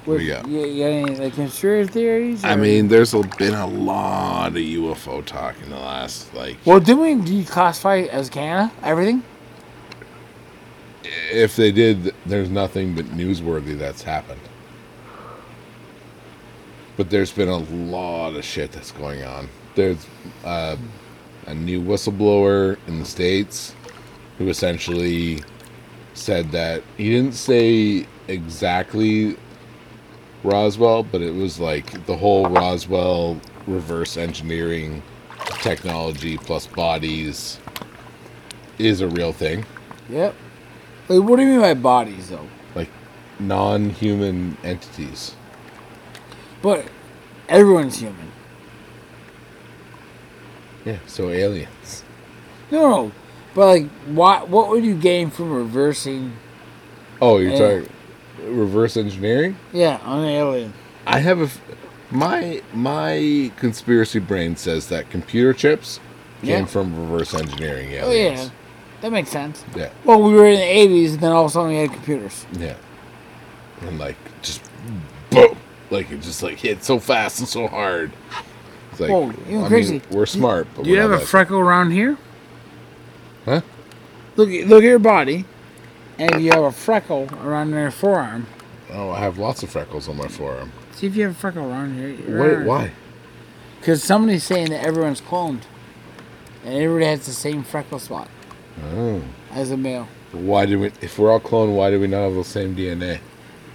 [SPEAKER 4] What
[SPEAKER 3] do you got?
[SPEAKER 4] You, you got any like conspiracy theories?
[SPEAKER 3] I
[SPEAKER 4] or-
[SPEAKER 3] mean, there's a- been a lot of UFO talk in the last, like,
[SPEAKER 4] well, did we declassify as Canada everything?
[SPEAKER 3] if they did, th- there's nothing but newsworthy that's happened. But there's been a lot of shit that's going on. There's uh, a new whistleblower in the States who essentially said that he didn't say exactly Roswell, but it was like the whole Roswell reverse engineering technology plus bodies is a real thing.
[SPEAKER 4] Yep. Like, what do you mean by bodies though?
[SPEAKER 3] like non-human entities.
[SPEAKER 4] But everyone's human.
[SPEAKER 3] Yeah. So aliens.
[SPEAKER 4] No, no. But like, why? What would you gain from reversing?
[SPEAKER 3] Oh, you're
[SPEAKER 4] Yeah.
[SPEAKER 3] talking reverse engineering?
[SPEAKER 4] Yeah, on an alien.
[SPEAKER 3] I have a f- my my conspiracy brain says that computer chips
[SPEAKER 4] Yeah.
[SPEAKER 3] came from reverse engineering
[SPEAKER 4] Oh yeah,
[SPEAKER 3] aliens.
[SPEAKER 4] that makes sense.
[SPEAKER 3] yeah.
[SPEAKER 4] Well, we were in the '80s, and then all of a sudden we had computers.
[SPEAKER 3] Yeah. And like just boom, like it just like hit so fast and so hard. It's like
[SPEAKER 4] Whoa,
[SPEAKER 3] I
[SPEAKER 4] you're
[SPEAKER 3] mean,
[SPEAKER 4] crazy.
[SPEAKER 3] we're smart, but
[SPEAKER 4] Do you
[SPEAKER 3] we're
[SPEAKER 4] have
[SPEAKER 3] not
[SPEAKER 4] a
[SPEAKER 3] that-
[SPEAKER 4] freckle around here?
[SPEAKER 3] Huh?
[SPEAKER 4] Look, look at your body, and you have a freckle around your forearm.
[SPEAKER 3] Oh, I have lots of freckles on my forearm.
[SPEAKER 4] See if you have a freckle around here.
[SPEAKER 3] What, why?
[SPEAKER 4] Because somebody's saying that everyone's cloned, and everybody has the same freckle spot
[SPEAKER 3] Oh.
[SPEAKER 4] as a male.
[SPEAKER 3] Why do we? If we're all cloned, why do we not have the same DNA?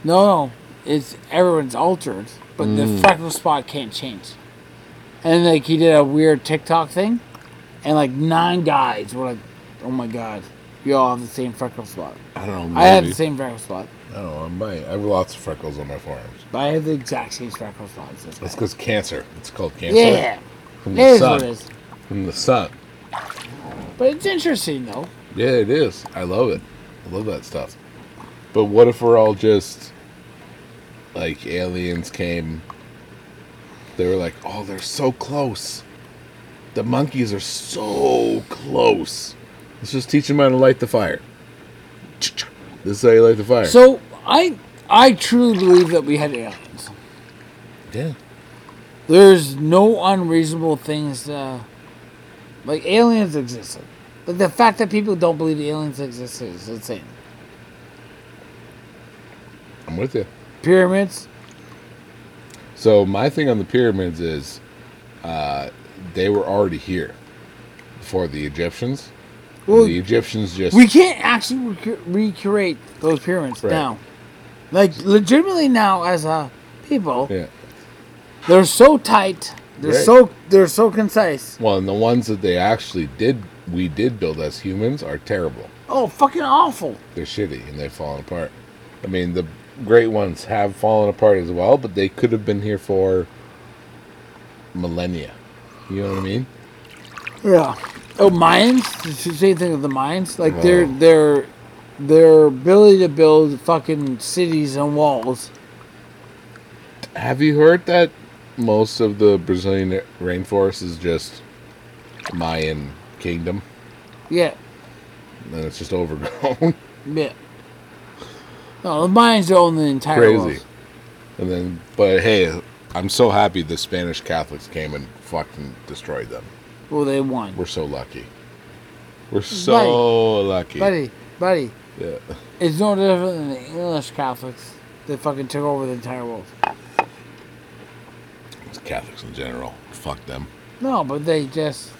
[SPEAKER 4] No, no, it's everyone's altered, but
[SPEAKER 3] Mm.
[SPEAKER 4] the freckle spot can't change. And like he did a weird TikTok thing, and like nine guys were like, "Oh my god, you all have the same freckle spot."
[SPEAKER 3] I don't know.
[SPEAKER 4] I have
[SPEAKER 3] maybe.
[SPEAKER 4] the same freckle spot.
[SPEAKER 3] I don't know. I might. I have lots of freckles on my forearms.
[SPEAKER 4] I have the exact same freckle spot as this guy.
[SPEAKER 3] That's because cancer. It's called cancer.
[SPEAKER 4] Yeah,
[SPEAKER 3] From
[SPEAKER 4] it
[SPEAKER 3] the
[SPEAKER 4] is
[SPEAKER 3] sun.
[SPEAKER 4] what it is.
[SPEAKER 3] From the sun.
[SPEAKER 4] But it's interesting though.
[SPEAKER 3] Yeah, it is. I love it. I love that stuff. But what if we're all just like aliens came? They were like, oh, they're so close. The monkeys are so close. Let's just teach them how to light the fire. This is how you light the fire.
[SPEAKER 4] So I I truly believe that we had aliens.
[SPEAKER 3] yeah.
[SPEAKER 4] There's no unreasonable things uh like aliens existed. But the fact that people don't believe aliens exist is insane.
[SPEAKER 3] I'm with you.
[SPEAKER 4] Pyramids,
[SPEAKER 3] So my thing on the pyramids is, uh, they were already here before the Egyptians.
[SPEAKER 4] Well,
[SPEAKER 3] the Egyptians just
[SPEAKER 4] we can't actually recu- recreate those pyramids
[SPEAKER 3] Right.
[SPEAKER 4] now. Like legitimately now, as a people,
[SPEAKER 3] yeah.
[SPEAKER 4] they're so tight, they're
[SPEAKER 3] Right.
[SPEAKER 4] so they're so concise.
[SPEAKER 3] Well, and the ones that they actually did, we did build as humans, are terrible.
[SPEAKER 4] Oh, fucking awful!
[SPEAKER 3] They're shitty and they've fallen apart. I mean, the great ones have fallen apart as well, but they could have been here for millennia. You know what I mean?
[SPEAKER 4] Yeah. Oh, Mayans. It's the same thing with the Mayans. Like
[SPEAKER 3] Wow.
[SPEAKER 4] their their their ability to build fucking cities and walls.
[SPEAKER 3] Have you heard that most of the Brazilian rainforest is just Mayan kingdom
[SPEAKER 4] Yeah.
[SPEAKER 3] and it's just overgrown?
[SPEAKER 4] Yeah. No, the Mayans own the entire
[SPEAKER 3] Crazy.
[SPEAKER 4] world.
[SPEAKER 3] And then, but hey, I'm so happy the Spanish Catholics came and fucking destroyed them.
[SPEAKER 4] Well, they won.
[SPEAKER 3] We're so lucky. We're so lucky.
[SPEAKER 4] Buddy, buddy,
[SPEAKER 3] Yeah.
[SPEAKER 4] it's no different than the English Catholics. They fucking took over the entire world.
[SPEAKER 3] It's Catholics in general. Fuck them.
[SPEAKER 4] No, but they just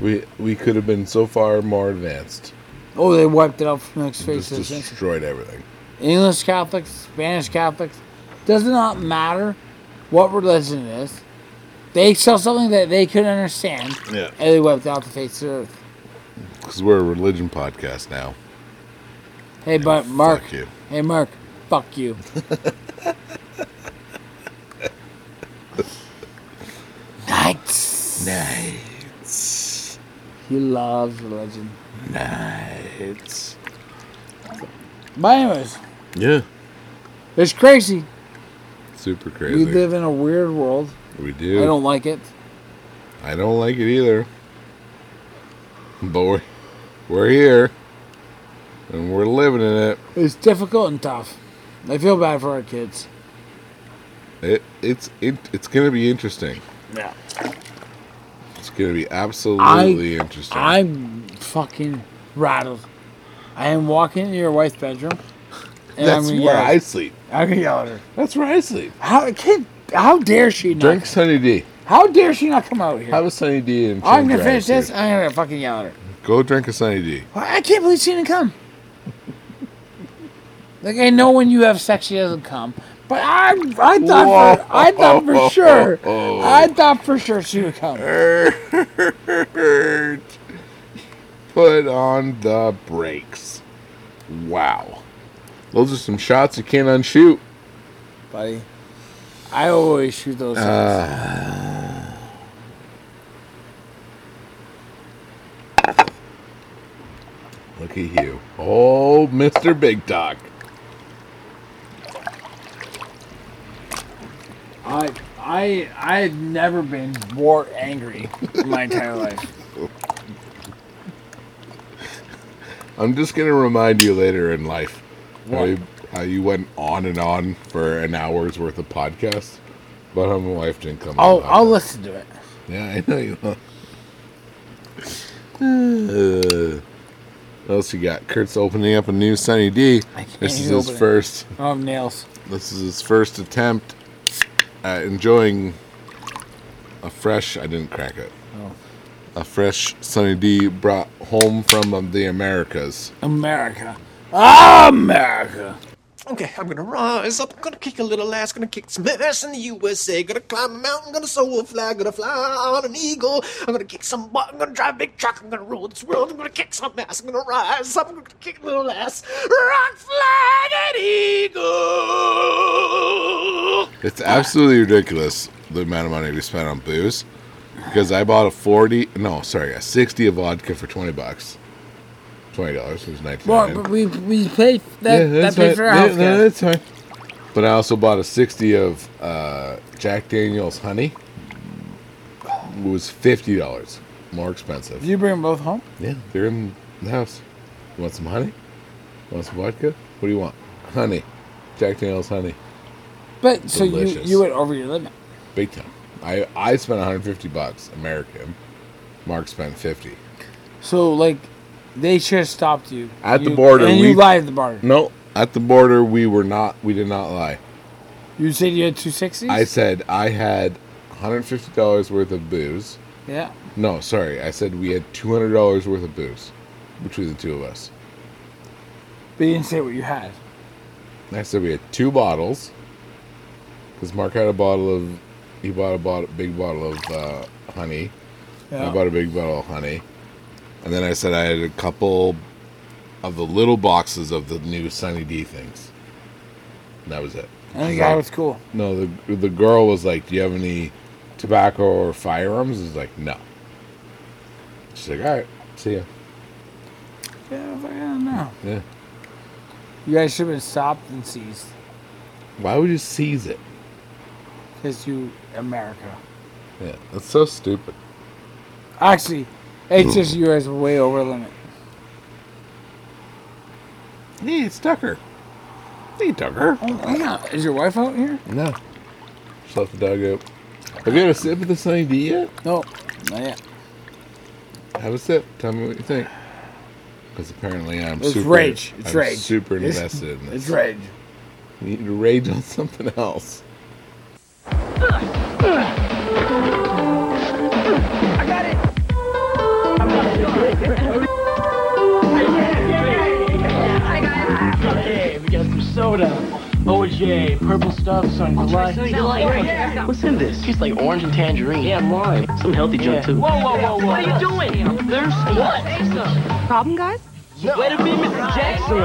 [SPEAKER 3] We we could have been so far more advanced.
[SPEAKER 4] oh they wiped it out from the next face
[SPEAKER 3] Just
[SPEAKER 4] of the century.
[SPEAKER 3] destroyed everything.
[SPEAKER 4] English Catholics, Spanish Catholics, does not matter what religion it is. They saw something that they couldn't understand,
[SPEAKER 3] Yeah.
[SPEAKER 4] and they wiped out the face of the earth.
[SPEAKER 3] Because we're a religion podcast now.
[SPEAKER 4] Hey, but Mark.
[SPEAKER 3] Fuck you.
[SPEAKER 4] Hey, Mark. Fuck you. Nights.
[SPEAKER 3] Nights.
[SPEAKER 4] He loves religion.
[SPEAKER 3] Nights.
[SPEAKER 4] But anyways,
[SPEAKER 3] Yeah.
[SPEAKER 4] it's crazy.
[SPEAKER 3] Super crazy.
[SPEAKER 4] We live in a weird world.
[SPEAKER 3] We do.
[SPEAKER 4] I don't like it.
[SPEAKER 3] I don't like it either. But we're, we're here. And we're living in it.
[SPEAKER 4] It's difficult and tough. I feel bad for our kids.
[SPEAKER 3] it it's it, it's going to be interesting.
[SPEAKER 4] Yeah.
[SPEAKER 3] It's going to be absolutely interesting.
[SPEAKER 4] I'm fucking rattled. I am walking into your wife's bedroom. And
[SPEAKER 3] That's
[SPEAKER 4] I'm gonna
[SPEAKER 3] where
[SPEAKER 4] yell-
[SPEAKER 3] I sleep.
[SPEAKER 4] I'm gonna yell at her.
[SPEAKER 3] That's where I sleep.
[SPEAKER 4] How kid? How dare she not?
[SPEAKER 3] Drink Sunny D.
[SPEAKER 4] How dare she not come out here?
[SPEAKER 3] Have a Sunny D and
[SPEAKER 4] I'm
[SPEAKER 3] chill
[SPEAKER 4] gonna
[SPEAKER 3] drive
[SPEAKER 4] finish this.
[SPEAKER 3] through.
[SPEAKER 4] I'm gonna fucking yell at her.
[SPEAKER 3] Go drink a Sunny D.
[SPEAKER 4] Why- I can't believe she didn't come. like I know when you have sex, she doesn't come. But I, I thought, for, I thought for sure, I thought for sure she would come.
[SPEAKER 3] Put on the brakes. Wow. Those are some shots you can't unshoot.
[SPEAKER 4] buddy. I always shoot those things.
[SPEAKER 3] Uh, Look at you. Oh, Mr. Big Dog.
[SPEAKER 4] I I I had never been more angry in my entire life.
[SPEAKER 3] I'm just going to remind you later in life how
[SPEAKER 4] What?
[SPEAKER 3] you, how you went on and on for an hour's worth of podcast about how my wife didn't come. on
[SPEAKER 4] I'll
[SPEAKER 3] the
[SPEAKER 4] I'll
[SPEAKER 3] podcast.
[SPEAKER 4] listen to it.
[SPEAKER 3] Yeah, I know you will. Uh, what else you got? Kurt's opening up a new Sunny D.
[SPEAKER 4] I can't
[SPEAKER 3] This is
[SPEAKER 4] even
[SPEAKER 3] his
[SPEAKER 4] open it.
[SPEAKER 3] first.
[SPEAKER 4] Oh nails.
[SPEAKER 3] This is his first attempt at enjoying a fresh. I didn't crack it.
[SPEAKER 4] Oh.
[SPEAKER 3] A fresh Sunny D brought home from the Americas.
[SPEAKER 4] Ah, America. America.
[SPEAKER 6] Okay, I'm gonna rise up, gonna kick a little ass, gonna kick some ass in the USA, gonna climb a mountain, gonna sow a flag, gonna fly on an eagle, I'm gonna kick some butt, I'm gonna drive a big truck, I'm gonna rule this world, I'm gonna kick some ass, I'm gonna rise up, I'm gonna kick a little ass, rock flag and eagle!
[SPEAKER 3] It's absolutely ridiculous the amount of money we spent on booze because I bought a 40, no, sorry, a 60 of vodka for 20 bucks. $20, it was 19
[SPEAKER 4] Well, but we we paid that
[SPEAKER 3] Yeah,
[SPEAKER 4] that
[SPEAKER 3] that's
[SPEAKER 4] paid
[SPEAKER 3] fine.
[SPEAKER 4] for our
[SPEAKER 3] Yeah,
[SPEAKER 4] health
[SPEAKER 3] no, that's fine. But I also bought a 60 of uh, Jack Daniels honey. It was $50 more expensive.
[SPEAKER 4] Did you bring them both home?
[SPEAKER 3] Yeah, they're in the house. You want some honey? You want some vodka? What do you want? Honey. Jack Daniels honey.
[SPEAKER 4] But so you
[SPEAKER 3] Delicious.
[SPEAKER 4] you went over your limit.
[SPEAKER 3] Big time. I, I spent 150 bucks American. Mark spent 50.
[SPEAKER 4] So like, they should have stopped you
[SPEAKER 3] At the
[SPEAKER 4] You-
[SPEAKER 3] border,
[SPEAKER 4] And
[SPEAKER 3] we-
[SPEAKER 4] you lied at the border.
[SPEAKER 3] No, at the border we were not we did not lie.
[SPEAKER 4] You said you had two sixties.
[SPEAKER 3] I said I had $150 worth of booze.
[SPEAKER 4] yeah.
[SPEAKER 3] No, sorry. I said we had $200 worth of booze between the two of us.
[SPEAKER 4] But you didn't say what you had.
[SPEAKER 3] And I said we had two bottles because Mark had a bottle of, he bought a bottle, big bottle of uh, honey. I bought a big bottle of honey. And then I said I had a couple of the little boxes of the new Sunny D things. And that was it.
[SPEAKER 4] And the
[SPEAKER 3] She's
[SPEAKER 4] guy
[SPEAKER 3] like-
[SPEAKER 4] was cool.
[SPEAKER 3] No, the the girl was like, "Do you have any tobacco or firearms?" I was like, "No." She's like, "All right, see ya."
[SPEAKER 4] Yeah, I was like, I don't know.
[SPEAKER 3] Yeah.
[SPEAKER 4] You guys should have been stopped and seized
[SPEAKER 3] Why would you seize it?
[SPEAKER 4] because you America.
[SPEAKER 3] Yeah, that's so stupid.
[SPEAKER 4] Actually, it's just you guys were way over limit.
[SPEAKER 3] Hey, it's Tucker. Hey, Tucker.
[SPEAKER 4] Oh, hang on. Is your wife out here?
[SPEAKER 3] No. Just left the dog out. Have you had a sip of this idea yet?
[SPEAKER 4] No. Not yet.
[SPEAKER 3] Have a sip. Tell me what you think. Because apparently I'm
[SPEAKER 4] It's
[SPEAKER 3] super.
[SPEAKER 4] rage. It's
[SPEAKER 3] I'm
[SPEAKER 4] rage.
[SPEAKER 3] Super
[SPEAKER 4] It's-
[SPEAKER 3] invested in this.
[SPEAKER 4] It's rage.
[SPEAKER 3] We need to rage on something else.
[SPEAKER 7] Okay, we got some soda. OJ, purple stuff, sun delight. What's in this? Tastes like orange and tangerine. Yeah, lime. Some healthy junk too. Whoa, whoa, whoa, whoa. What are you doing? Thirsty. What?
[SPEAKER 8] Problem, guys?
[SPEAKER 7] Way to be Mr. Jackson.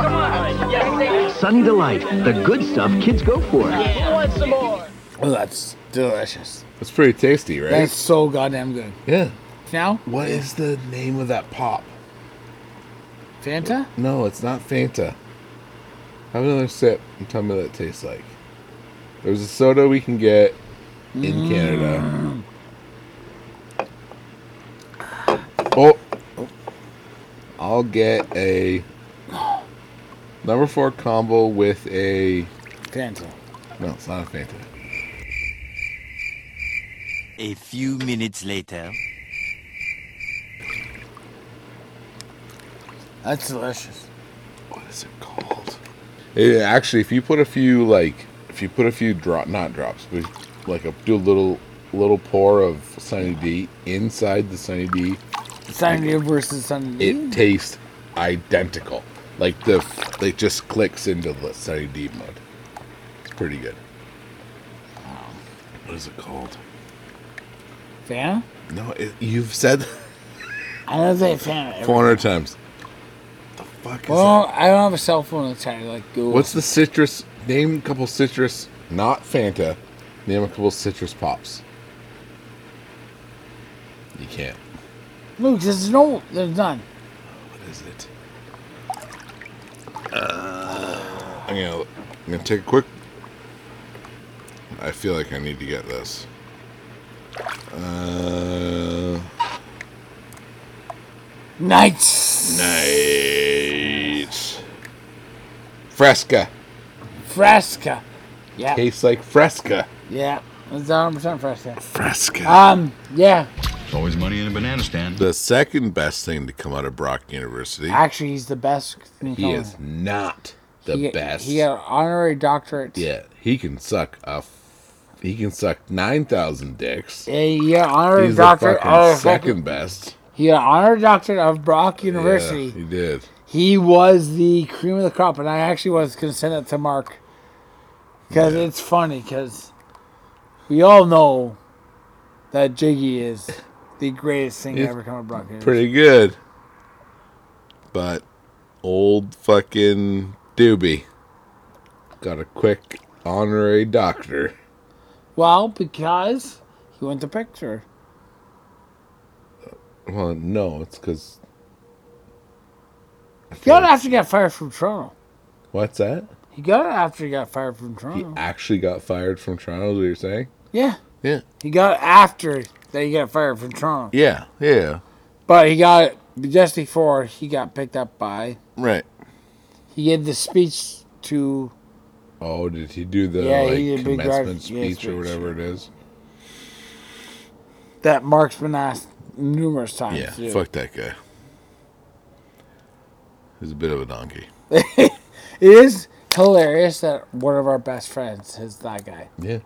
[SPEAKER 7] Come on. Sunny delight, the good stuff kids go for. Who wants some more?
[SPEAKER 4] Oh, that's delicious.
[SPEAKER 3] It's pretty tasty, right?
[SPEAKER 4] That's so goddamn good.
[SPEAKER 3] yeah.
[SPEAKER 4] Now,
[SPEAKER 3] What is the name of that pop?
[SPEAKER 4] Fanta?
[SPEAKER 3] No, it's not Fanta. Have another sip and tell me what it tastes like. There's a soda we can get in Canada. Oh, I'll get a number four combo with a.
[SPEAKER 4] Fanta.
[SPEAKER 3] No, it's not a Fanta.
[SPEAKER 9] A few minutes later.
[SPEAKER 4] That's delicious.
[SPEAKER 3] What is it called? It, actually, if you put a few like, if you put a few drop, not drops, but like a do a little little pour of Sunny D inside the Sunny D,
[SPEAKER 4] Sunny D versus Sunny D.
[SPEAKER 3] it tastes identical. Like the f- it just clicks into the Sunny D mode. It's pretty good. What is it called?
[SPEAKER 4] Fanta?
[SPEAKER 3] No, it, you've said
[SPEAKER 4] I don't say Fanta. every-
[SPEAKER 3] four hundred times. The fuck is
[SPEAKER 4] Well, I don't have a cell phone to try to like Google.
[SPEAKER 3] What's the citrus? Name a couple citrus, not Fanta. Name a couple citrus pops. You can't.
[SPEAKER 4] Luke? There's no, there's none.
[SPEAKER 3] What is it? Uh, I'm gonna. I'm gonna take a quick. I feel like I need to get this. Uh,
[SPEAKER 4] Nights.
[SPEAKER 3] nice. Fresca
[SPEAKER 4] Fresca. Yeah.
[SPEAKER 3] tastes like Fresca.
[SPEAKER 4] Yeah. It's 100% Fresca.
[SPEAKER 3] Fresca.
[SPEAKER 4] Um, yeah.
[SPEAKER 10] Always money in a banana stand.
[SPEAKER 3] the second best thing to come out of Brock University.
[SPEAKER 4] Actually, he's the best. thing
[SPEAKER 3] He
[SPEAKER 4] going.
[SPEAKER 3] is not the
[SPEAKER 4] He-
[SPEAKER 3] best.
[SPEAKER 4] He got an honorary doctorate.
[SPEAKER 3] yeah, he can suck a. F- he can suck nine thousand dicks.
[SPEAKER 4] Yeah, he got an honorary
[SPEAKER 3] He's the
[SPEAKER 4] doctorate
[SPEAKER 3] fucking
[SPEAKER 4] of
[SPEAKER 3] second best.
[SPEAKER 4] He got an honorary doctorate of Brock University.
[SPEAKER 3] Yeah, he did.
[SPEAKER 4] He was the cream of the crop, and I actually was going to send it to Mark because it's funny because we all know that Jiggy is the greatest thing
[SPEAKER 3] It's
[SPEAKER 4] ever come about. Brock.
[SPEAKER 3] Pretty good. But old fucking Doobie got a quick honorary doctor.
[SPEAKER 4] Well, because he went to picture.
[SPEAKER 3] Well, no, it's because.
[SPEAKER 4] He got it after he got fired from Toronto.
[SPEAKER 3] What's that?
[SPEAKER 4] He got it after he got fired from
[SPEAKER 3] He
[SPEAKER 4] Toronto.
[SPEAKER 3] actually got fired from Toronto, is what you're saying?
[SPEAKER 4] Yeah.
[SPEAKER 3] Yeah.
[SPEAKER 4] He got it after that he got fired from Toronto.
[SPEAKER 3] Yeah, yeah.
[SPEAKER 4] But he got it just before he got picked up by.
[SPEAKER 3] Right.
[SPEAKER 4] He gave the speech to.
[SPEAKER 3] Oh, did he do the
[SPEAKER 4] Yeah, he
[SPEAKER 3] like,
[SPEAKER 4] did a big
[SPEAKER 3] commencement
[SPEAKER 4] drive- yeah,
[SPEAKER 3] speech or
[SPEAKER 4] speech.
[SPEAKER 3] whatever it is?
[SPEAKER 4] that Mark's been asked numerous times.
[SPEAKER 3] Yeah,
[SPEAKER 4] to do.
[SPEAKER 3] fuck that guy. He's a bit of a donkey.
[SPEAKER 4] It is hilarious that one of our best friends is that guy.
[SPEAKER 3] Yeah.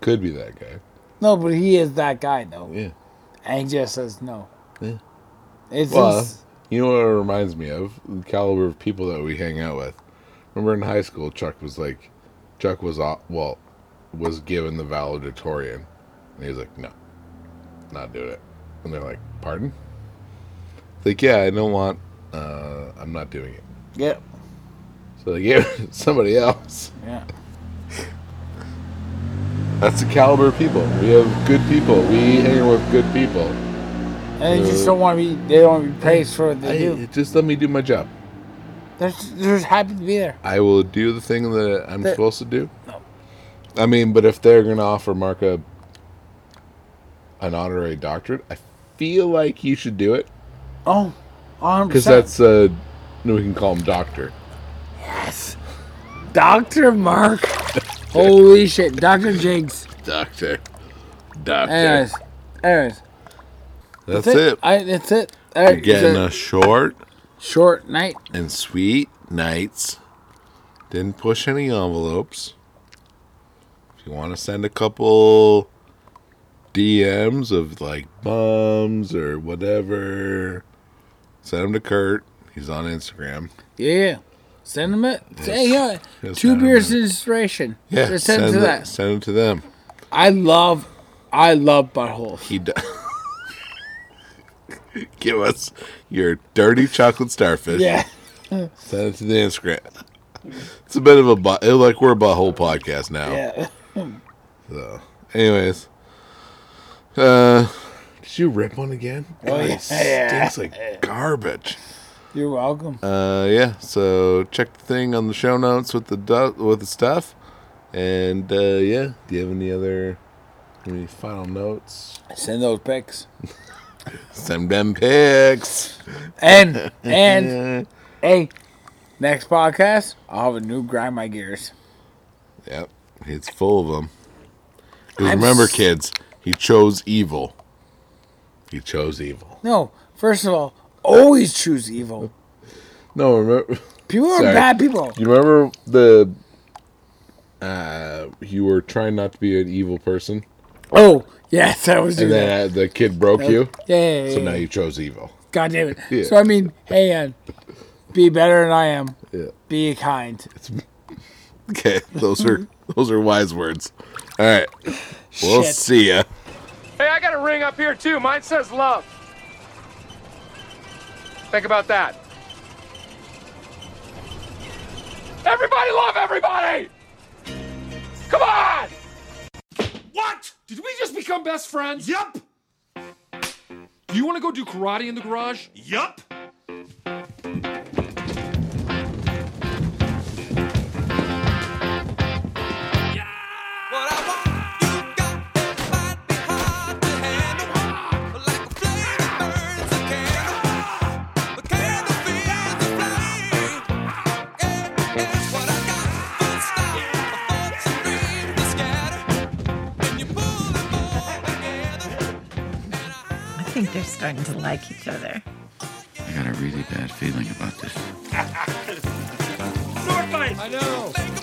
[SPEAKER 3] Could be that guy.
[SPEAKER 4] No, but he is that guy though,
[SPEAKER 3] Yeah.
[SPEAKER 4] and he just says no.
[SPEAKER 3] Yeah.
[SPEAKER 4] It's
[SPEAKER 3] Well,
[SPEAKER 4] just-
[SPEAKER 3] you know what it reminds me of? The caliber of people that we hang out with. Remember in high school, Chuck was like, Chuck was, au- well, was given the valedictorian. And he was like, no, not doing it. And they're like, pardon? It's like, yeah, I don't want, uh, I'm not doing it.
[SPEAKER 4] yeah,
[SPEAKER 3] So they gave it to somebody else.
[SPEAKER 4] yeah.
[SPEAKER 3] That's the caliber of people. We have good people. We hang with good people.
[SPEAKER 4] And they just don't want to be. They don't want to be praised for what
[SPEAKER 3] I-
[SPEAKER 4] they do.
[SPEAKER 3] just let me do my job.
[SPEAKER 4] They're, just- they're just happy to be there.
[SPEAKER 3] I will do the thing that I'm
[SPEAKER 4] That-
[SPEAKER 3] supposed to do. No. I mean, but if they're going to offer Mark a an honorary doctorate, I feel like you should do it
[SPEAKER 4] Oh, 100
[SPEAKER 3] because that's uh, we can call him doctor.
[SPEAKER 4] Doctor Mark. Holy shit, Doctor Jigs.
[SPEAKER 3] Doctor. Doctor.
[SPEAKER 4] Anyways, anyways,
[SPEAKER 3] that's it. uh,
[SPEAKER 4] I, that's it. All right,
[SPEAKER 3] Getting
[SPEAKER 4] so-
[SPEAKER 3] a short
[SPEAKER 4] short night.
[SPEAKER 3] and sweet nights. Didn't push any envelopes. If you want to send a couple DMs of like bums or whatever, send them to Kurt. He's on Instagram.
[SPEAKER 4] Yeah. Send them it. Hey, yeah.
[SPEAKER 3] Yes,
[SPEAKER 4] Two
[SPEAKER 3] send 'em
[SPEAKER 4] beers
[SPEAKER 3] it.
[SPEAKER 4] inspiration.
[SPEAKER 3] Yeah,
[SPEAKER 4] Just send, it to
[SPEAKER 3] the-
[SPEAKER 4] that.
[SPEAKER 3] Send them to them.
[SPEAKER 4] I love, I love buttholes.
[SPEAKER 3] He d- give us your dirty chocolate starfish.
[SPEAKER 4] Yeah.
[SPEAKER 3] Send it to the Instagram. It's a bit of a bu- like we're a butthole podcast now.
[SPEAKER 4] Yeah.
[SPEAKER 3] So, anyways, uh, did you rip one again? Oh, yeah. stinks like garbage.
[SPEAKER 4] You're welcome.
[SPEAKER 3] Uh, yeah. So check the thing on the show notes with the du- with the stuff, and uh, yeah. Do you have any other any final notes?
[SPEAKER 4] Send those pics.
[SPEAKER 3] Send them pics.
[SPEAKER 4] And, and, hey, next podcast, I'll have a new grind my gears.
[SPEAKER 3] Yep, it's full of them. 'Cause
[SPEAKER 4] I'm
[SPEAKER 3] remember,
[SPEAKER 4] s-
[SPEAKER 3] kids, he chose evil. He chose evil.
[SPEAKER 4] No, first of all, always choose evil.
[SPEAKER 3] No, remember.
[SPEAKER 4] People are
[SPEAKER 3] Sorry.
[SPEAKER 4] bad people.
[SPEAKER 3] You remember the uh you were trying not to be an evil person
[SPEAKER 4] Oh, yes, I was doing
[SPEAKER 3] and
[SPEAKER 4] that.
[SPEAKER 3] then uh, the kid broke you.
[SPEAKER 4] Yeah, yeah, yeah,
[SPEAKER 3] So
[SPEAKER 4] yeah.
[SPEAKER 3] now you chose evil.
[SPEAKER 4] God damn it.
[SPEAKER 3] Yeah.
[SPEAKER 4] So I mean, hey, uh, be better than I am.
[SPEAKER 3] Yeah.
[SPEAKER 4] Be kind.
[SPEAKER 3] Okay, those are those are wise words. All right. We'll
[SPEAKER 4] Shit.
[SPEAKER 3] see ya.
[SPEAKER 5] Hey, I got a ring up here too. Mine says love. Think about that. Everybody love everybody! Come on! What? Did we just become best friends? Yup! Do you want to go do karate in the garage? Yup!
[SPEAKER 8] I think they're starting to like each other.
[SPEAKER 10] I got a really bad feeling about this.
[SPEAKER 5] I know.